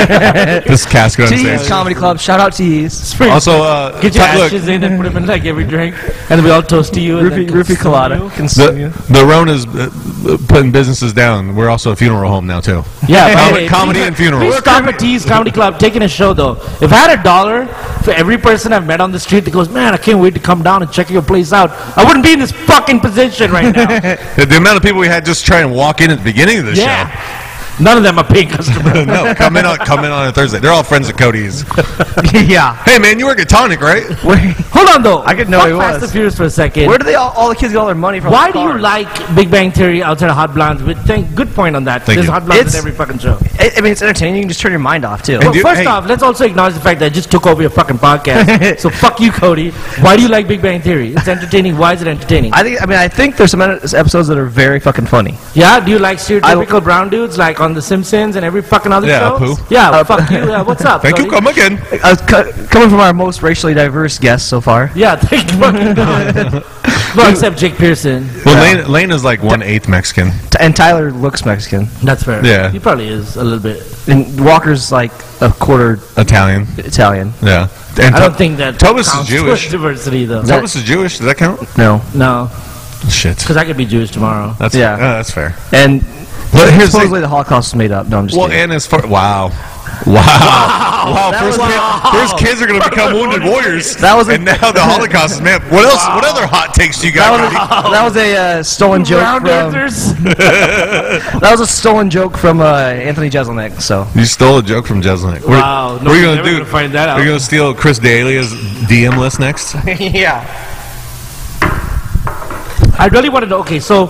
This casket on Tees stage. E Comedy Club. Shout out E Tees. Spring. Also, uh, get your Ty- look, ashes in and put them in like every drink, and we all toast to you. and then Rupee, Rupee consume Colada. you. Consume you. the, the Rona's uh, uh, putting businesses down. We're also a funeral home now too. Yeah, by the Comedy- way, comedy please- and funeral. Please stop at T's Comedy Club taking a show though. If I had a dollar for every person I've met on the street that goes, man, I can't wait to come down and check your place out, I wouldn't be in this fucking position right now. The, the amount of people we had just try and walk in at the beginning of the show. yeah. None of them are paying customers. no, come in on come in on a Thursday. They're all friends of Cody's. yeah. Hey man, you work at Tonic, right? Where, Hold on though. I could know Fuck he Fast was. and Furious for a second. where do they all, all the kids get all their money from? Why the do you cars? like Big Bang Theory outside of Hot Blondes? But thank good point on that. Thank There's you. Hot Blondes It's- in every fucking show. I, I mean, it's entertaining. You can just turn your mind off too. And Well, do- first hey. off, let's also acknowledge the fact that I just took over your fucking podcast. so fuck you, Cody. Why do you like Big Bang Theory? It's entertaining. Why is it entertaining? I think. I mean, I think there's some ed- episodes that are very fucking funny. Yeah, do you like stereotypical brown dudes like on The Simpsons and every fucking other Yeah, show? Apu. Yeah, Uh, fuck you. Yeah, what's up? Thank you, Cody? come again. I was cu- coming from our most racially diverse guest so far. Yeah, thank you. fucking God. Well, except Jake Pearson. Well, Lane, Lane is like one eighth Mexican. And Tyler looks Mexican. That's fair. Yeah. He probably is a little bit. And Walker's like a quarter Italian. Italian. Yeah. I don't think that Thomas is counts Jewish. towards diversity, though. Thomas is Jewish. Does that count? No. No. Shit. Because I could be Jewish tomorrow. That's Yeah. yeah. that's fair. And But here's the supposedly the, Holocaust was made up. No, I'm just Well, kidding. and as far wow, wow, wow, first, kid, first kids are gonna become wounded warriors. That was and now the Holocaust is man. What else? What other hot takes do you That got? was a, that was a uh, stolen joke from. that was a stolen joke from uh, Anthony Jeselnik. So Cody? you stole a joke from Jeselnik. We're- Wow, what are nobody's you gonna ever do? gonna find that out. We're gonna steal Chris D'Elia's DM list next. yeah. I really wanted to. Okay, so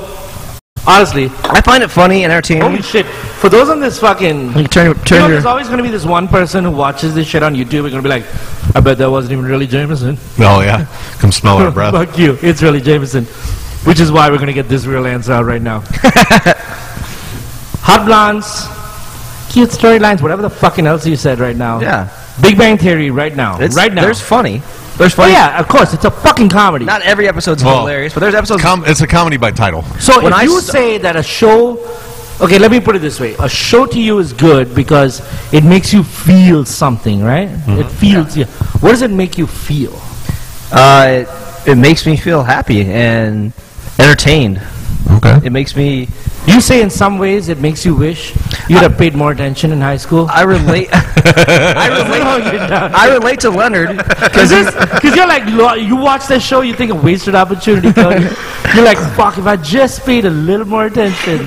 honestly, I find it funny and entertaining. Holy shit! For those on this fucking, You turn- turn you know, your- there's always gonna be this one person who watches this shit on YouTube. We're gonna be like, I bet that wasn't even really Jameson. Oh yeah, come smell our Uh. breath. Fuck you! It's really Jameson, which is why we're gonna get this real answer out right now. Hot blondes, cute storylines, whatever the fucking else you said right now. Yeah. Big Bang Theory right now. It's, right now. There's funny. There's funny. Oh, yeah, of course. It's a fucking comedy. Not every episode's Well, hilarious, but there's episodes. Com- it's a comedy by title. So When if I you st- say that a show, okay, let me put it this way: a show to you is good because it makes you feel something, right? Mm-hmm. It feels. you. What does it make you feel? Uh, it, it makes me feel happy and entertained. Okay. It makes me. You say in some ways it makes you wish you'd have paid more attention in high school. I relate. I relate. I relate to Leonard because Because you're like, lo- you watch that show, you think a wasted opportunity. Cody. you're like, fuck, if I just paid a little more attention.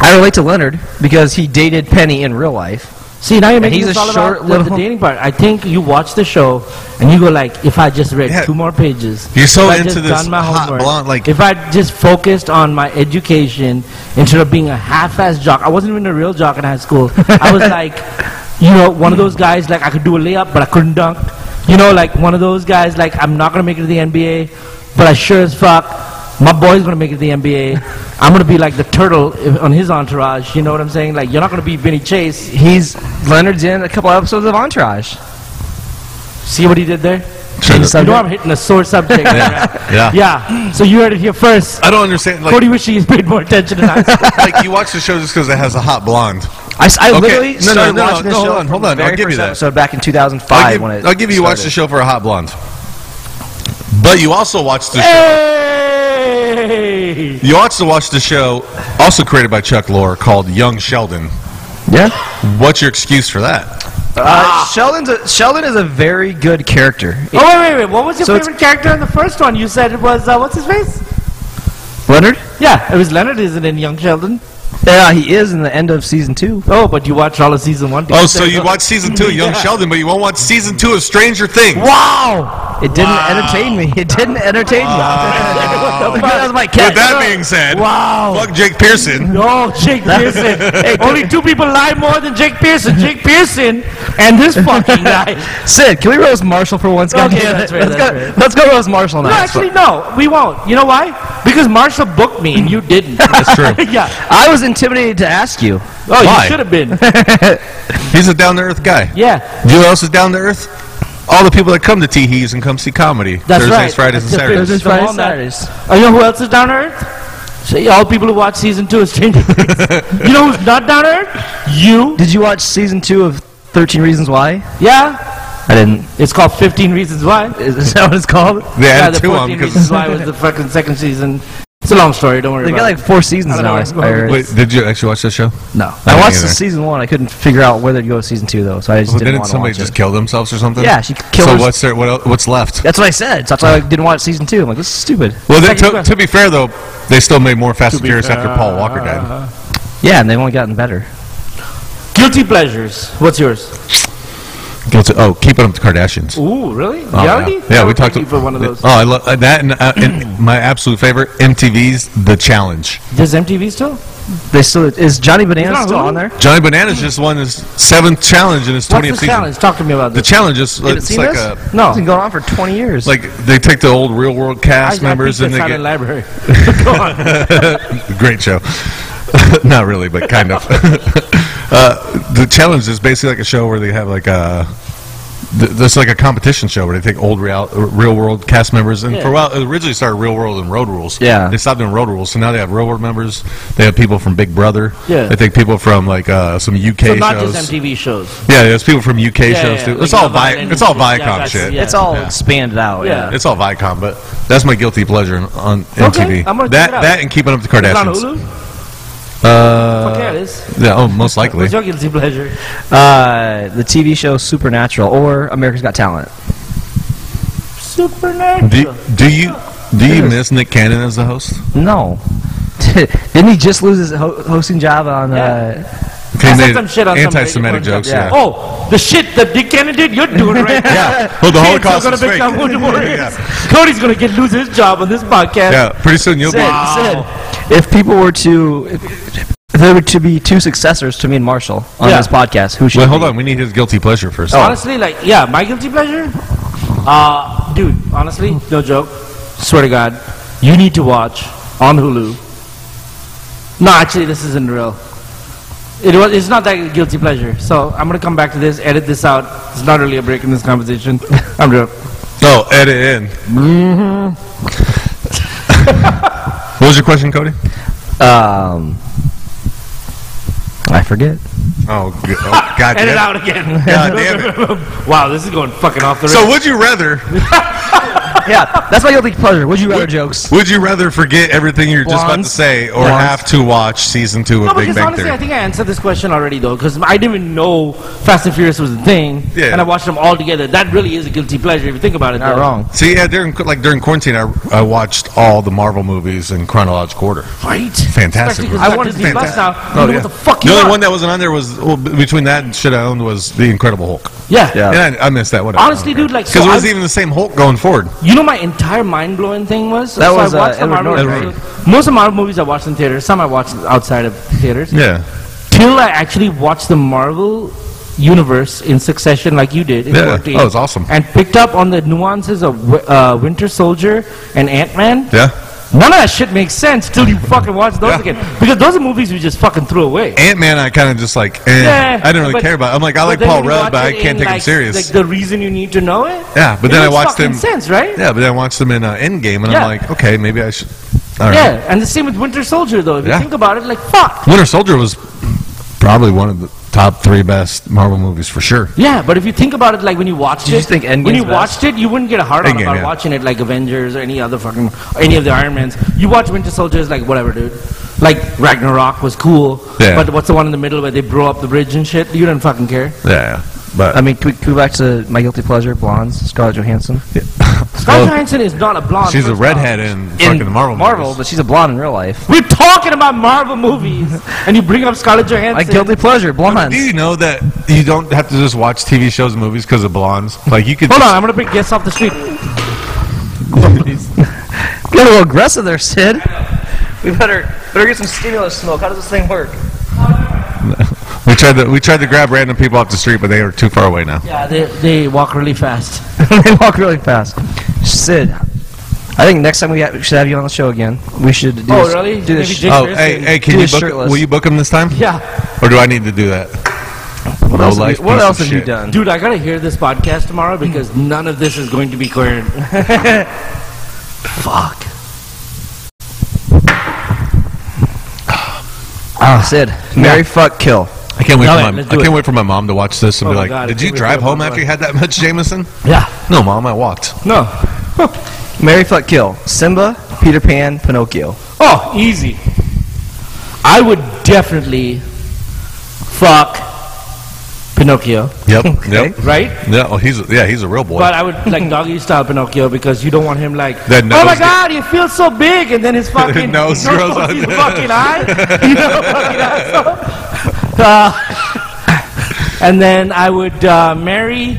I relate to Leonard because he dated Penny in real life. See, now you're making he's this a all short about the- the, little- dating part. I think you watch the show and you go like, if I just read Yeah. two more pages, You're so if I into just this done my hot homework, blonde, like- if I just focused on my education instead of being a half-ass jock. I wasn't even a real jock in high school. I was like, you know, one of those guys like I could do a layup, but I couldn't dunk. You know, like one of those guys like I'm not gonna make it to the NBA, but I sure as fuck. My boy's gonna make it to the NBA. I'm gonna be like the turtle if- on his entourage. You know what I'm saying? Like you're not gonna be Vinny Chase. He's Leonard's in a couple episodes of Entourage. See what he did there? Sure. He's You know subject- I'm hitting a sore subject. yeah. Yeah. yeah. So you heard it here first. I don't understand. Like, Cody wish he's paid more attention to that. like you watch the show just because it has a hot blonde. I, s- I Okay, literally no, no, started no, watching this no, show hold on, from hold the on, I'll very give you first that. episode back in 2005 I'll give, when it I'll give you watch the started. show for a hot blonde. But you also watch the show. hey! You also watch the show, also created by Chuck Lorre, called Young Sheldon. Yeah. What's your excuse for that? Uh, Sheldon's a, Sheldon is a very good character. Oh wait, wait, wait! What was your So it's- favorite character in the first one? You said it was uh, what's his face? Leonard? Yeah, it was Leonard, isn't it? in Young Sheldon. Yeah, he is in the end of season two. Oh, but you watched all of season one. Oh, so you watch season two of Young Sheldon, but you won't watch season two of Stranger Things. Wow! It didn't entertain me. It didn't entertain me. that was my With catch. that being said, Wow! fuck Jake Pearson. No, Jake Pearson. Only two people lie more than Jake Pearson. Jake Pearson and this fucking guy. Sid, can we roast Marshall for once? Okay, goddammit? that's fair, let's, that's go, fair. let's go roast Marshall now. No, actually, no, we won't. You know why? Because Marshall booked me and you didn't. That's true. yeah. I was intimidated to ask you. Oh, Why? you should have been. He's a down to earth guy. Yeah. You know who else is down to earth? All the people that come to Teehees and come see comedy That's Thursdays, right. Fridays, and Except Saturdays. Thursdays, The Fridays, walnut. Saturdays. Oh, you know who else is down to earth? So, yeah, all people who watch season two of Stranger Things. you know who's not down to earth? You. Did you watch season two of 13 Reasons Why? Yeah. I didn't. It's called 15 Reasons Why. Is, is that what it's called? They yeah, added the two on 14 because. Reasons Why was the fucking second season. It's a long story. Don't worry They've got about like four seasons I don't now. I know where I'm going heard. with Wait, did you actually watch this show? No, I I, didn't watched the either. season one. I couldn't figure out whether to go to season two though, so I just Well, didn't, didn't, want to somebody watch just it. kill themselves or something? Yeah, she killed So her- what's there? What, el- what's left? That's what I said. So that's why I didn't watch season two. I'm like, this is stupid. Well, they, Second to, to be fair though, they still made more Fast and Furious after Paul Walker Uh, died. Yeah, and they've only gotten better. it. Guilty Pleasures. What's yours? Guilty. Oh, keeping up with the Kardashians. Ooh, really? Oh, you yeah. already? Yeah, I we would talked. thank you for one of those. Oh, I love that, and, uh, and my absolute favorite MTV's The Challenge. Does MTV still? They still is Johnny Bananas not still Hulu? on there? Johnny Bananas just won his seventh challenge in his What's the twentieth season. challenge? Talk to me about The this. challenge is You haven't it's seen like this? a No. it's been going on for 20 years. like they take the old real world cast I- I members peeked and they inside the get library. Go on. great show. Not really, but kind of. uh, the challenge is basically like a show where they have like a th- that's like a competition show where they take old real, real world cast members, and for a Yeah. while it originally started Real World and Road Rules. Yeah. they stopped doing Road Rules, so now they have Real World members. They have people from Big Brother. Yeah. they take people from like uh, some UK so not shows. just MTV shows. Yeah, there's people from UK Yeah, shows yeah, too. like It's all Love Island Vi- and it's all shit. Yeah, Viacom that's- shit. yeah. It's all expanded out, yeah. it's all Viacom. But that's my guilty pleasure on, on Okay, MTV. I'm gonna check that it out. that and Keeping Up with the It's on Kardashians. Hulu? Uh, Fuck yeah, it is. yeah, oh, most likely. What's your guilty pleasure? Uh, the TV show Supernatural or America's Got Talent. Supernatural. Do, do you do you miss Nick Cannon as the host? No. Didn't he just lose his ho- hosting job on? Uh, Okay, I said made some shit on some anti-Semitic radio jokes. program. Yeah. Oh, the shit that Dick Kennedy did, you're doing right now. Yeah. Well, the Kids Holocaust are gonna is make fake. that Wounded Warriors. Yeah. Cody's gonna get lose his job on this podcast. Yeah, pretty soon you'll be. Wow. if people were to, if, if there were to be two successors to me and Marshall on Yeah. this podcast, who should? Wait, it hold be? on. We need his guilty pleasure first. Honestly, like, yeah, my guilty pleasure? Uh, dude, honestly, no joke. Swear to God, you need to watch on Hulu. No, actually, this isn't real. It was, it's not that guilty pleasure. So I'm going to come back to this, edit this out. It's not really a break in this conversation. I'm real. Oh, edit in. Mm-hmm. what was your question, Cody? Um, I forget. Oh, g- oh God Edit damn out again. God damn wow, this is going fucking off the it. rails. So, would you rather? Yeah, that's my guilty pleasure. Would you rather jokes? Would you rather forget everything you're just about to Blondes. say, or Blondes. have to watch season two of No, Big because Bang honestly, I Theory? think I answered this question already, though, because I didn't even know Fast and Furious was a thing, Yeah. and I watched them all together. That really is a guilty pleasure if you think about it. Not though. wrong. See, yeah, during like during quarantine, I, I watched all the Marvel movies in chronological order. Right? Fantastic. Especially 'cause movie. I wanted Disney Plus Fantastic. now. Oh, You know what the fuck The you only want. one that wasn't on there was well, b- between that and shit I owned was the Incredible Hulk. Yeah. And I, I missed that. Whatever. Honestly, dude, like, because so it was I- even the same Hulk going forward. You know, my entire mind blowing thing was That so was, I uh, watched the Edward Marvel Norton, movies. Most of Marvel movies I watched in theaters. Some I watched outside of theaters. Yeah. Till I actually watched the Marvel universe in succession, like you did. In Yeah. 14, Oh, it's awesome. And picked up on the nuances of Wi- uh, Winter Soldier and Ant Man. Yeah. None of that shit makes sense till you fucking watch those Yeah. again. Because those are movies we just fucking threw away. Ant Man, I kind of just like, eh, Yeah, I didn't really but- care about. It. I'm like, I but like then Paul when you Rudd, watch but I it can't in, take him like- serious. Like the reason you need to know it. yeah, but it then I makes watched fucking him. Sense, right? Yeah, but then I watched him in uh, Endgame, and Yeah. I'm like, okay, maybe I should. All right. Yeah, and the same with Winter Soldier though. If Yeah. you think about it, like fuck. Winter Soldier was probably one of the top three best Marvel movies for sure. Yeah, but if you think about it, like when you watched Did it, you think Endgame's when you best? watched it, you wouldn't get a hard on Endgame, about yeah. watching it like Avengers or any other fucking any of the Iron Mans. You watch Winter Soldier is like whatever, dude. Like Ragnarok was cool, Yeah. but what's the one in the middle where they blow up the bridge and shit? You don't fucking care. Yeah, but I mean, can we, can we go back to my guilty pleasure, blondes, Scarlett Johansson. Scarlett Johansson is not a blonde. Oh. she's a first redhead in, fucking the Marvel. Marvel, movies. but she's a blonde in real life. off. We're talking about Marvel movies, and you bring up Scarlett Johansson. My guilty pleasure, Do blondes. you know that you don't have to just watch TV shows and movies because of blondes? Like you could. Hold just- on, I'm gonna bring guests off the street. Get a little aggressive there, Sid. We better better get some stimulus smoke. How does this thing work? We tried to we tried to grab random people off the street, but they are too far away now. Yeah, they, they walk really fast. they walk really fast. Sid, I think next time we, ha- we should have you on the show again. We should do Oh, this, really? do this Maybe sh- Jake Oh, Chris hey, and- hey, do can you it book? shirtless. Will you book them this time? Yeah, Or do I need to do that? What else, have low-life you, what piece else of have you shit. done? dude, I gotta hear this podcast tomorrow because Mm. none of this is going to be coherent. Fuck. Ah, Sid, marry, fuck, kill. I can't wait. No, for wait, my, I let's do can't it. wait for my mom to watch this and Oh be my like, God, I "Did can't you wait for drive my home mom to after watch you had that much, Jameson?" Yeah. No, mom, I walked. No. Marry, fuck, kill. Simba, Peter Pan, Pinocchio. Oh, easy. I would definitely fuck Pinocchio, Yep. Yep. right? Yeah. Oh, he's yeah, he's a real boy. But I would like doggy style Pinocchio because you don't want him like, That oh my nose- god, you feel so big, and then his fucking Nose grows out. his fucking eye, you know, fucking asshole. Uh, and then I would uh, marry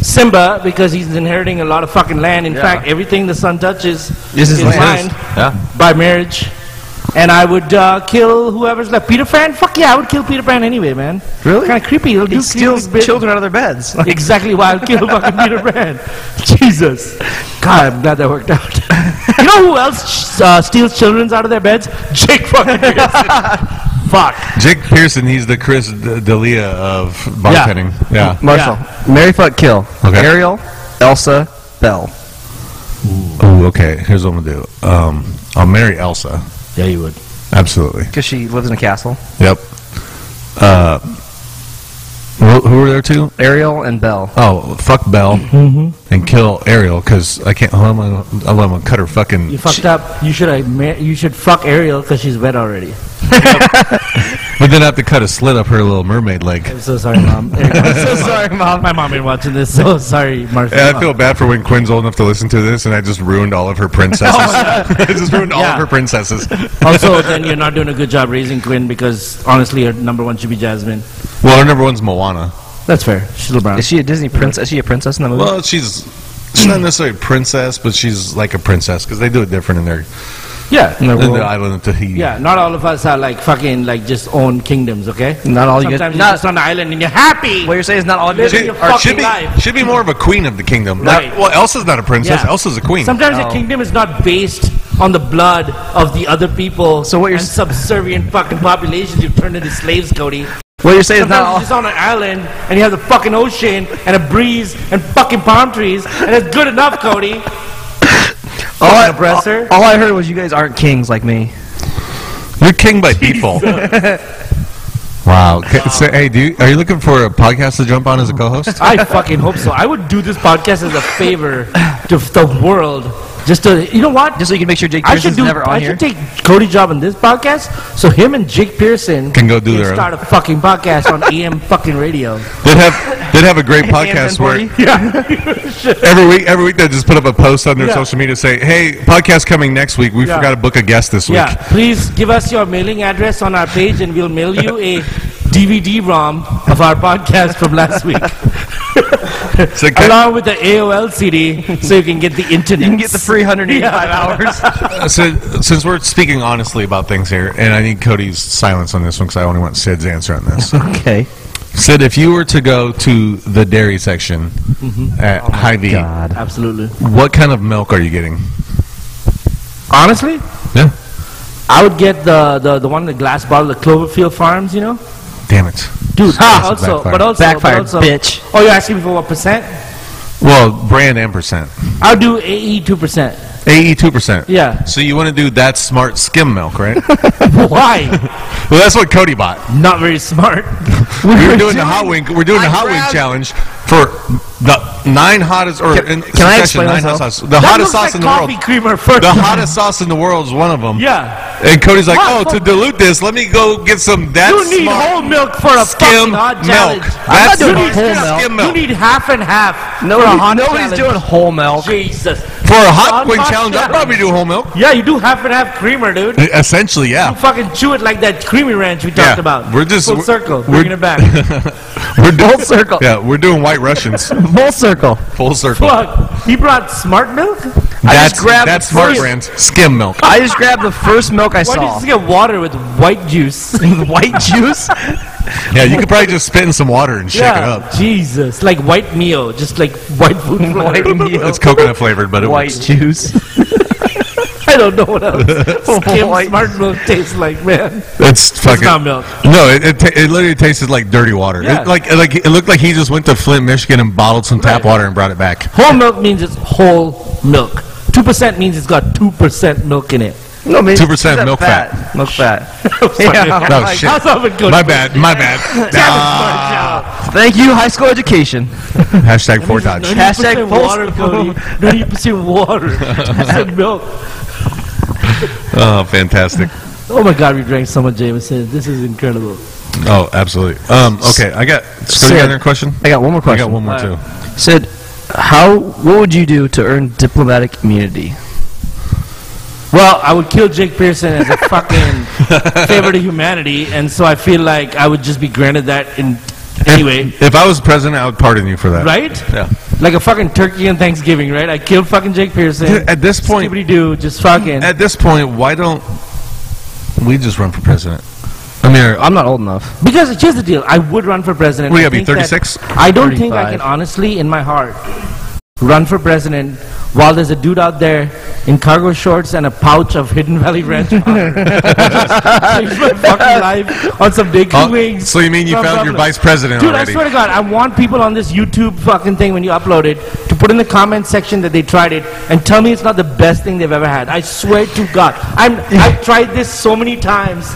Simba because he's inheriting a lot of fucking land. In fact, everything the son touches This is is land. mine yeah. by marriage. And I would uh, kill whoever's left. Peter Pan? Fuck yeah, I would kill Peter Pan anyway, man. Really? Kind of creepy. He'll He do steals creepy bit- children out of their beds. Like, Exactly why I'll kill fucking Peter Pan. Jesus. God, I'm glad that worked out. you know who else uh, steals children out of their beds? Jake fucking Pearson. Fuck. Jake Pearson, he's the Chris D- D'Elia of Yeah. bartending. Yeah. Marshall. Mary fuck kill. Okay. Ariel, Elsa, Belle. Ooh, okay. Here's what I'm gonna do. Um, I'll marry Elsa. Yeah, you would. Absolutely. Because she lives in a castle. Yep. Uh, who, who were there two? Ariel and Belle. Oh, fuck Belle Mm-hmm. and kill Ariel because I can't. I'm gonna, I'm gonna cut her fucking. You fucked up. You should have. Ma- you should fuck Ariel because she's wet already. But then I have to cut a slit up her little mermaid leg. I'm so sorry, mom. I'm so sorry, mom. My mom been watching this. So sorry, Martha. Yeah, I feel bad for when Quinn's old enough to listen to this, and I just ruined all of her princesses. Oh I just ruined all of her princesses. also, then you're not doing a good job raising Quinn because honestly, her number one should be Jasmine. Well, her number one's Moana. That's fair. She's a brown. Is she a Disney princess? Is she a princess in the movie? Well, she's she's not necessarily a princess, but she's like a princess because they do it different in their Yeah, in in the, their world. island of Tahiti. Yeah, not all of us are like fucking like just own kingdoms, okay? Not all you get- Sometimes not- you're just on the island and you're happy. What you're saying is not all living She, your fucking should, be, life. should be more of a queen of the kingdom. Right. Not- well, Elsa's not a princess. Yeah. Elsa's a queen. Sometimes the kingdom is not based on the blood of the other people. So what you're and subservient fucking populations you've turned into slaves, Cody. What you're saying is Sometimes not all- you're just on an island and you have the fucking ocean and a breeze and fucking palm trees and it's good enough, Cody. all, I, Fucking oppressor. all I heard was you guys aren't kings like me. You're king by default. wow. Okay, So, hey, do you, are you looking for a podcast to jump on as a co-host? I fucking hope so. I would do this podcast as a favor to f- the world. Just to, you know what? Just so you can make sure Jake I should Pearson's do. never on I here. should take Cody's job on this podcast, so him and Jake Pearson Can go do their own. start a fucking podcast on AM fucking radio. Did have did have a great podcast where Yeah, every week every week they just put up a post on their Yeah. social media say, "Hey, podcast coming next week. We Yeah. forgot to book a guest this week." yeah. Please give us your mailing address on our page, and we'll mail you a DVD ROM of our podcast from last week, So can- along with the AOL CD, so you can get the internet. You can get the free 185 hours. Uh, so, since we're speaking honestly about things here, and I need Cody's silence on this one because I only want Sid's answer on this. okay. Sid, if you were to go to the dairy section Mm-hmm. Oh at Hy-Vee, Absolutely. what kind of milk are you getting? Honestly, Yeah. I would get the, the, the one in the glass bottle, the Cloverfield Farms, you know? Damn it. Dude, Ha! also, Backfired. but also, Backfired, but also, bitch. Oh, you're asking me for what percent? Well, brand and percent. I'll do E AE 2%. AE two percent. Yeah. So you want to do that smart skim milk, right? well, Why? that's what Cody bought. Not very smart. We were doing the hot wink. We're doing the hot wink challenge for the nine hottest or Can- in can I succession, explain nine myself? hottest sauce. The That hottest looks sauce like in the coffee world. creamer first. The hottest sauce in the world is one of them. Yeah. And Cody's like, What? oh, to dilute this, let me go get some that you need smart whole milk for a skim fucking hot milk. challenge. That's you smart need straight up skim milk. You need half and half for a hot nobody's doing challenge. whole milk. Jesus. for a hot Hot wing hot challenge. I'd challenge. probably do whole milk. Yeah, you do half and half creamer, dude. Essentially, yeah. Fucking chew it like that creamy ranch we Yeah, talked about. we're just- full we're- circle, we're- bringing it back. We're doing, Full circle. yeah, we're doing White Russians. Full circle. Full circle. Fuck, he brought smart milk. That's grabbed that's the smart first- brand skim milk. I just grabbed the first milk I Why did you saw. just get water with white juice? White juice? Yeah, you could probably just spit in some water and shake it up. Jesus, like white meal, just like white food. White coloring. meal. It's coconut flavored, but it White works. juice. I don't know what else. Skim White- smart milk tastes like, man. It's fucking not milk. No, it it, ta- it literally tasted like dirty water. Yeah. It, like like it looked like he just went to Flint, Michigan, and bottled some tap Right. water and brought it back. Whole milk means it's whole milk. Two percent means it's got two percent milk in it. No, man. 2% Is that milk fat. Milk fat. Yeah. No shit. How's that would go? My bad. My bad. Thank you, high school education. Hashtag four dodge. Hashtag Hashtag post- water, Cody. Ninety percent water. Two percent milk. Oh, fantastic. Oh my God, we drank so much Jameson. This is incredible. Oh, absolutely. Um, okay, I got. So you Sid. got another question? I got one more I question. got one more All too. Sid, how? What would you do to earn diplomatic immunity? Well, I would kill Jake Pearson as a fucking favor to humanity, and so I feel like I would just be granted that in anyway, If I was president, I would pardon you for that. right? Yeah. Like a fucking turkey on Thanksgiving, right? I kill fucking Jake Pearson. At this point, Skibbity do, just fucking. at this point, why don't we just run for president? uh, I mean, I'm not old enough. Because here's the deal: I would run for president. What do you I gotta be, think that- 36? I don't think I 35. can honestly, in my heart, run for president while there's a dude out there in cargo shorts and a pouch of Hidden Valley Ranch powder. Changed my fucking life on some dinky Oh, wings. so you mean you from found your Dublin. vice president Dude, already? I swear to God, I want people on this YouTube fucking thing when you upload it to put in the comment section that they tried it and tell me it's not the best thing they've ever had. I swear to God, I'm I've tried this so many times.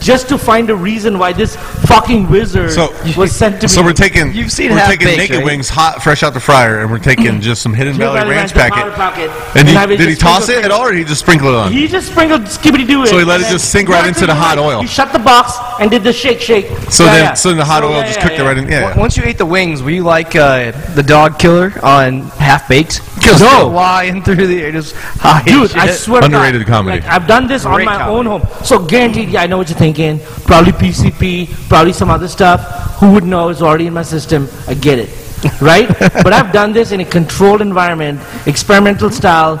Just to find a reason why this fucking wizard So- was sent to me. So we're taking we're taking naked wings hot fresh out the fryer and we're taking just some hidden Hidden valley, Valley ranch, Ranch, the packet. powder packet, And, and he- have it did he just toss sprinkled it at all or he just sprinkled it on? He just sprinkled skibbity doo. So he let it just sink right into the hot oil. He shut the box and did the shake shake. So Yeah, then yeah. so then the hot oil just cooked it right in yeah. yeah. Once you ate the wings, were you like uh, the dog killer on Half Baked? Just flying through the air, just high Dude, as I shit. swear to God, Underrated comedy. like, I've done this on Great my comedy. own home. So guaranteed, yeah, I know what you're thinking. Probably PCP, probably some other stuff. Who would know? It's already in my system. I get it, right? but I've done this in a controlled environment, experimental style.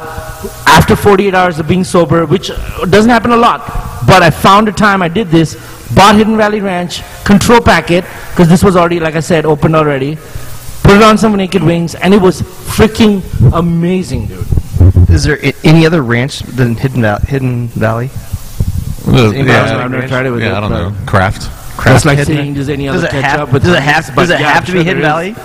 After 48 hours of being sober, which uh, doesn't happen a lot, but I found a time I did this. Bought Hidden Valley Ranch control packet because this was already, like I said, opened already. Put it on some naked wings, and it was freaking amazing, dude. Is there i- any other ranch than Hidden, Val- Hidden Valley? Well, Anybody else yeah, like ranch? yeah, I don't know. Kraft. That's like Hidden- saying, does any Does other it have- ketchup with does it onions? have- does But it yeah, have I'm to be sure Hidden there is. Valley?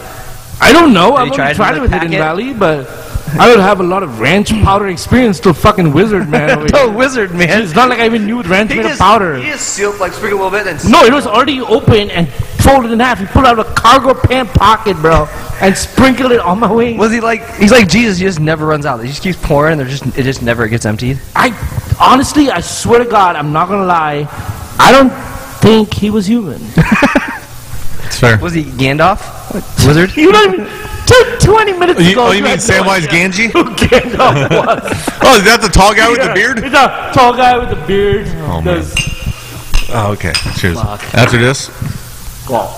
I don't know. Have I've you only tried tried, it with it a with Hidden packet? Valley, but I don't have a lot of ranch powder experience till fucking wizard man over The here. wizard, man. It's not like I even knew ranch made of powder. He just sealed, like, sprinkled a little bit. And No, it was already open and folded in half. He pulled out a cargo pant pocket, bro, and sprinkled it on my wings. Was he like? He's like Jesus. He just never runs out. He just keeps pouring. And they're just. It just never gets emptied. I honestly, I swear to God, I'm not gonna lie. I don't think he was human. It's fair. Was he Gandalf? Wizard? you don't even. Dude, 20 minutes Oh, you, ago. oh, you mean had no Samwise idea. Ganji? Who Gandalf was. Oh, is that the tall guy with the Yeah, beard? He's a tall guy with the beard. Oh, man. Does- Oh, okay. Cheers. Fuck. After this, Go.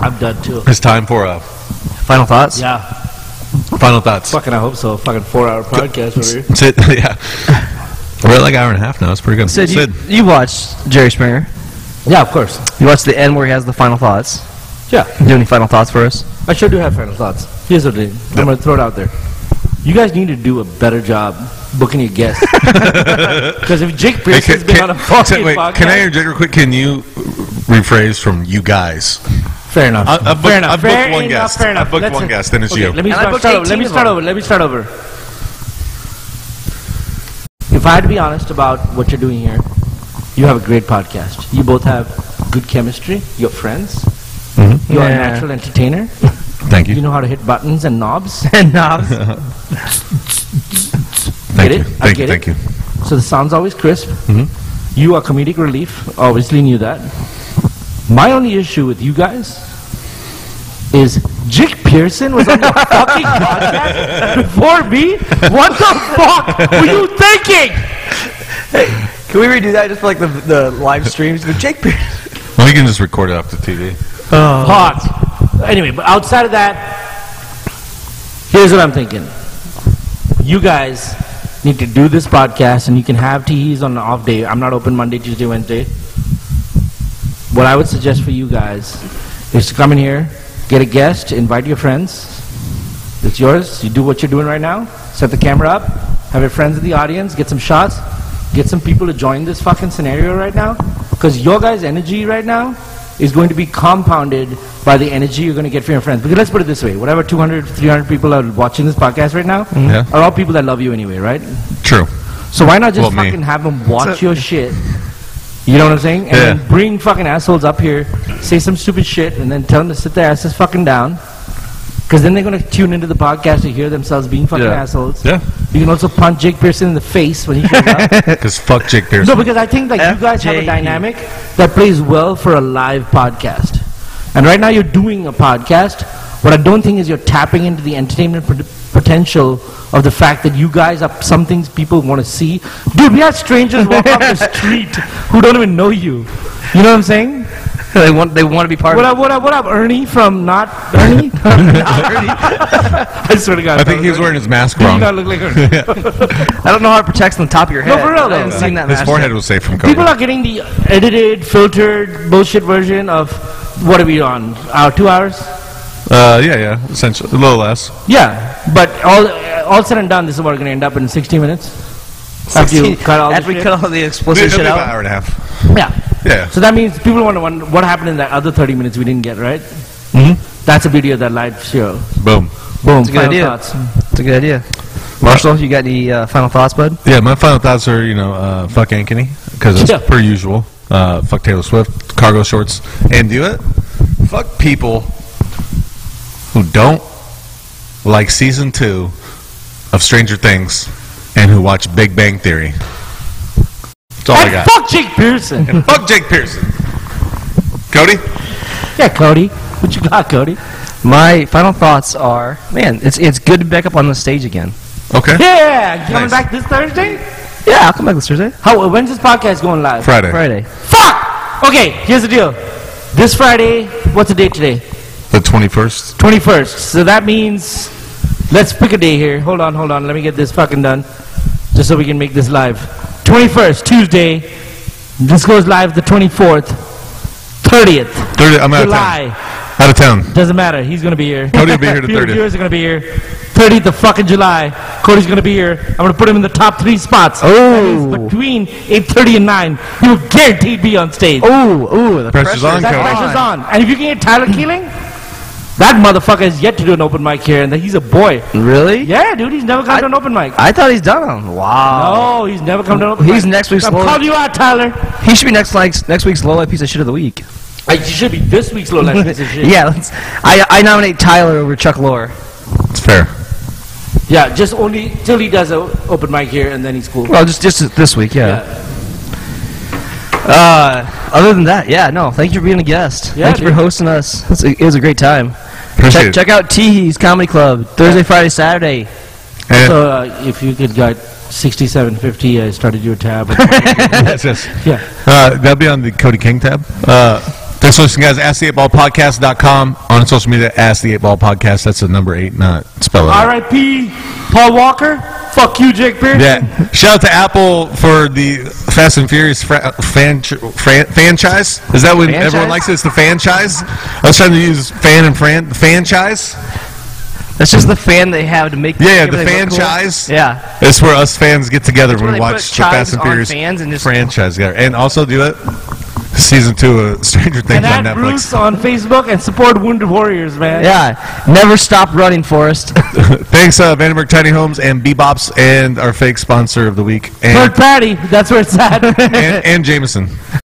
I'm done too. it's time for uh, Final thoughts. Yeah. final thoughts. Fucking, I hope so. Fucking four hour podcast over here. Sid, yeah. We're at like hour and a half now. It's pretty good. Sid, you, you watched Jerry Springer. Yeah, of course. You watched the end where he has the final thoughts. Yeah. Do you have any final thoughts for us? I sure do have final thoughts. Here's what I do. I'm going to throw it out there. You guys need to do a better job booking your guests. Because if Jake Hey, Pearson's been on a fucking Sid, wait, podcast. can I interject real quick? Can you rephrase from you guys? Fair enough. I, I booked, Uh, fair enough. I booked fair one enough, guest. Fair enough. I booked Let's- one guest, and it's okay, you. Let me And I start, booked start over. 18 Let me of start them. over. Let me start over. If I had to be honest about what you're doing here, you have a great podcast. You both have good chemistry. You're friends. Mm-hmm. You're Yeah. a natural entertainer. Thank You know how to hit buttons and knobs. And knobs. Thank get you. it? I Thank you. get it. Thank you. So the sound's always crisp. Mhm. You are comedic relief. Obviously knew that. My only issue with you guys is Jake Pearson was on the fucking podcast before me. What the fuck were you thinking? Can we redo that just for like the, the live streams with Jake Pierce? Well, you can just record it off the TV. Hot. Anyway, but outside of that, here's what I'm thinking. You guys need to do this podcast, and you can have tees on an off day. I'm not open Monday, Tuesday, Wednesday. What I would suggest for you guys is to come in here, get a guest, invite your friends. It's yours. You do what you're doing right now. Set the camera up. Have your friends in the audience. Get some shots. Get some people to join this fucking scenario right now. Because your guys' energy right now is going to be compounded by the energy you're going to get from your friends. Because let's put it this way whatever 200, 300 people are watching this podcast right now Yeah. are all people that love you anyway, right? True. So why not just Well, me. fucking have them watch your shit? You know what I'm saying? And Yeah. then bring fucking assholes up here, say some stupid shit, and then tell them to sit their asses fucking down. Because then they're going to tune into the podcast to hear themselves being fucking Yeah. assholes. Yeah. You can also punch Jake Pearson in the face when he shows up. Because fuck Jake no, Pearson. because I think like you guys have a FJE. dynamic that plays well for a live podcast. And right now you're doing a podcast. What I don't think is you're tapping into the entertainment pot- potential of the fact that you guys are some things people want to see. Dude, we have strangers walk up the street who don't even know you. You know what I'm saying? they want they want to be part What of up, what up, what up, Ernie from not Ernie? I swear to God. I think he was wearing his mask wrong. not look like Ernie. it. I don't know how it protects on the top of your No, head. for real, I haven't though. seen that Uh, His mask forehead yet. was safe from People COVID. are getting the edited, filtered, bullshit version of what are we on? Our Uh, two hours? Uh, yeah, yeah, essentially a little less. Yeah, but all all said and done, this is what we're going to end up in 60 minutes. After you 60 cut all after we cut all the explicit It'll shit be about out. an hour and a half. Yeah. Yeah. So that means people want to wonder what happened in that other 30 minutes we didn't get, right? Mm-hmm. That's the beauty of that live show. Boom. Boom. It's a good final idea. thoughts. It's a good idea. Marshall, you got any uh, final thoughts, bud? Yeah, my final thoughts are, you know, uh, fuck Ankeny, because it's Yeah. per usual. Uh, fuck Taylor Swift, cargo shorts, and do it. Fuck people who don't like season two of Stranger Things and who watch Big Bang Theory. That's Oh all I And got. fuck Jake Pearson. And fuck Jake Pearson. Cody? Yeah, Cody. What you got, Cody? My final thoughts are, man, it's it's good to be back up on the stage again. Okay. Yeah, you coming Nice. back this Thursday? Yeah, I'll come back this Thursday. How? When's this podcast going live? Friday. Friday. Fuck. Okay, here's the deal. This Friday, what's the date today? The 21st. 21st. So that means, let's pick a day here. Hold on, hold on. Let me get this fucking done, just so we can make this live. 21st, Tuesday. This goes live the 24th, 30th. 30, I'm out July. of town. Out of town. Doesn't matter. He's gonna be here. Cody will be here the Few 30th. Viewers are gonna be here. 30th of fucking July. Cody's gonna be here. I'm gonna put him in the top three spots. Oh. between 8:30 and 9, he will guaranteed be on stage. Oh, oh, the Pressure's on, That Cody. pressure's on. And if you can get Tyler Keeling, that motherfucker has yet to do an open mic here, and that he's a boy. Really? Yeah, dude, he's never come to an open mic. I thought he's done. Wow. No, Oh, he's never come to an open mic. He's next week's I'm low. calling you out, Tyler. He should be next like next week's low life piece of shit of the week. I, you should be this week's low life piece of shit. Yeah, let's, I I nominate Tyler over Chuck Lorre. It's fair. Yeah, just only till he does an open mic here, and then he's cool. Well, just just this week, yeah. Uh, other than that, yeah, no. Thank you for being a guest. Yeah, thank you dude. for hosting us. It's a- It was a great time. Appreciate Check, it. check out Teehee's Comedy Club Thursday, Friday, Saturday. And So uh, if you could get 6750, I started you a tab. Yes, yes. Yeah. Uh, that'll be on the Cody King tab. Uh, thanks for listening, guys. Ask the 8 Ball Podcast.com. On social media, Ask the 8 Ball Podcast. That's the number 8, not spell it. out. R.I.P. Paul Walker. Fuck you, Jake Pearson. Yeah. Shout out to Apple for the Fast and Furious fra- fan- fran- franchise. Is that when Franchise? everyone likes it? It's the franchise? I was trying to use fan and fran- franchise. That's just the fan they have to make. Yeah, yeah, make the everything look cool. franchise. Yeah. It's where us fans get together when where we they watch put the Fast chives and on Furious fans and just- franchise together. And also do it season two of Stranger Things And on add Netflix. Bruce on Facebook and support Wounded Warriors, man. Yeah. Never stop running, Forrest. Thanks, uh, Vandenberg Tiny Homes and Bebops and our fake sponsor of the week, Third and, party, that's where it's at. and, and Jameson.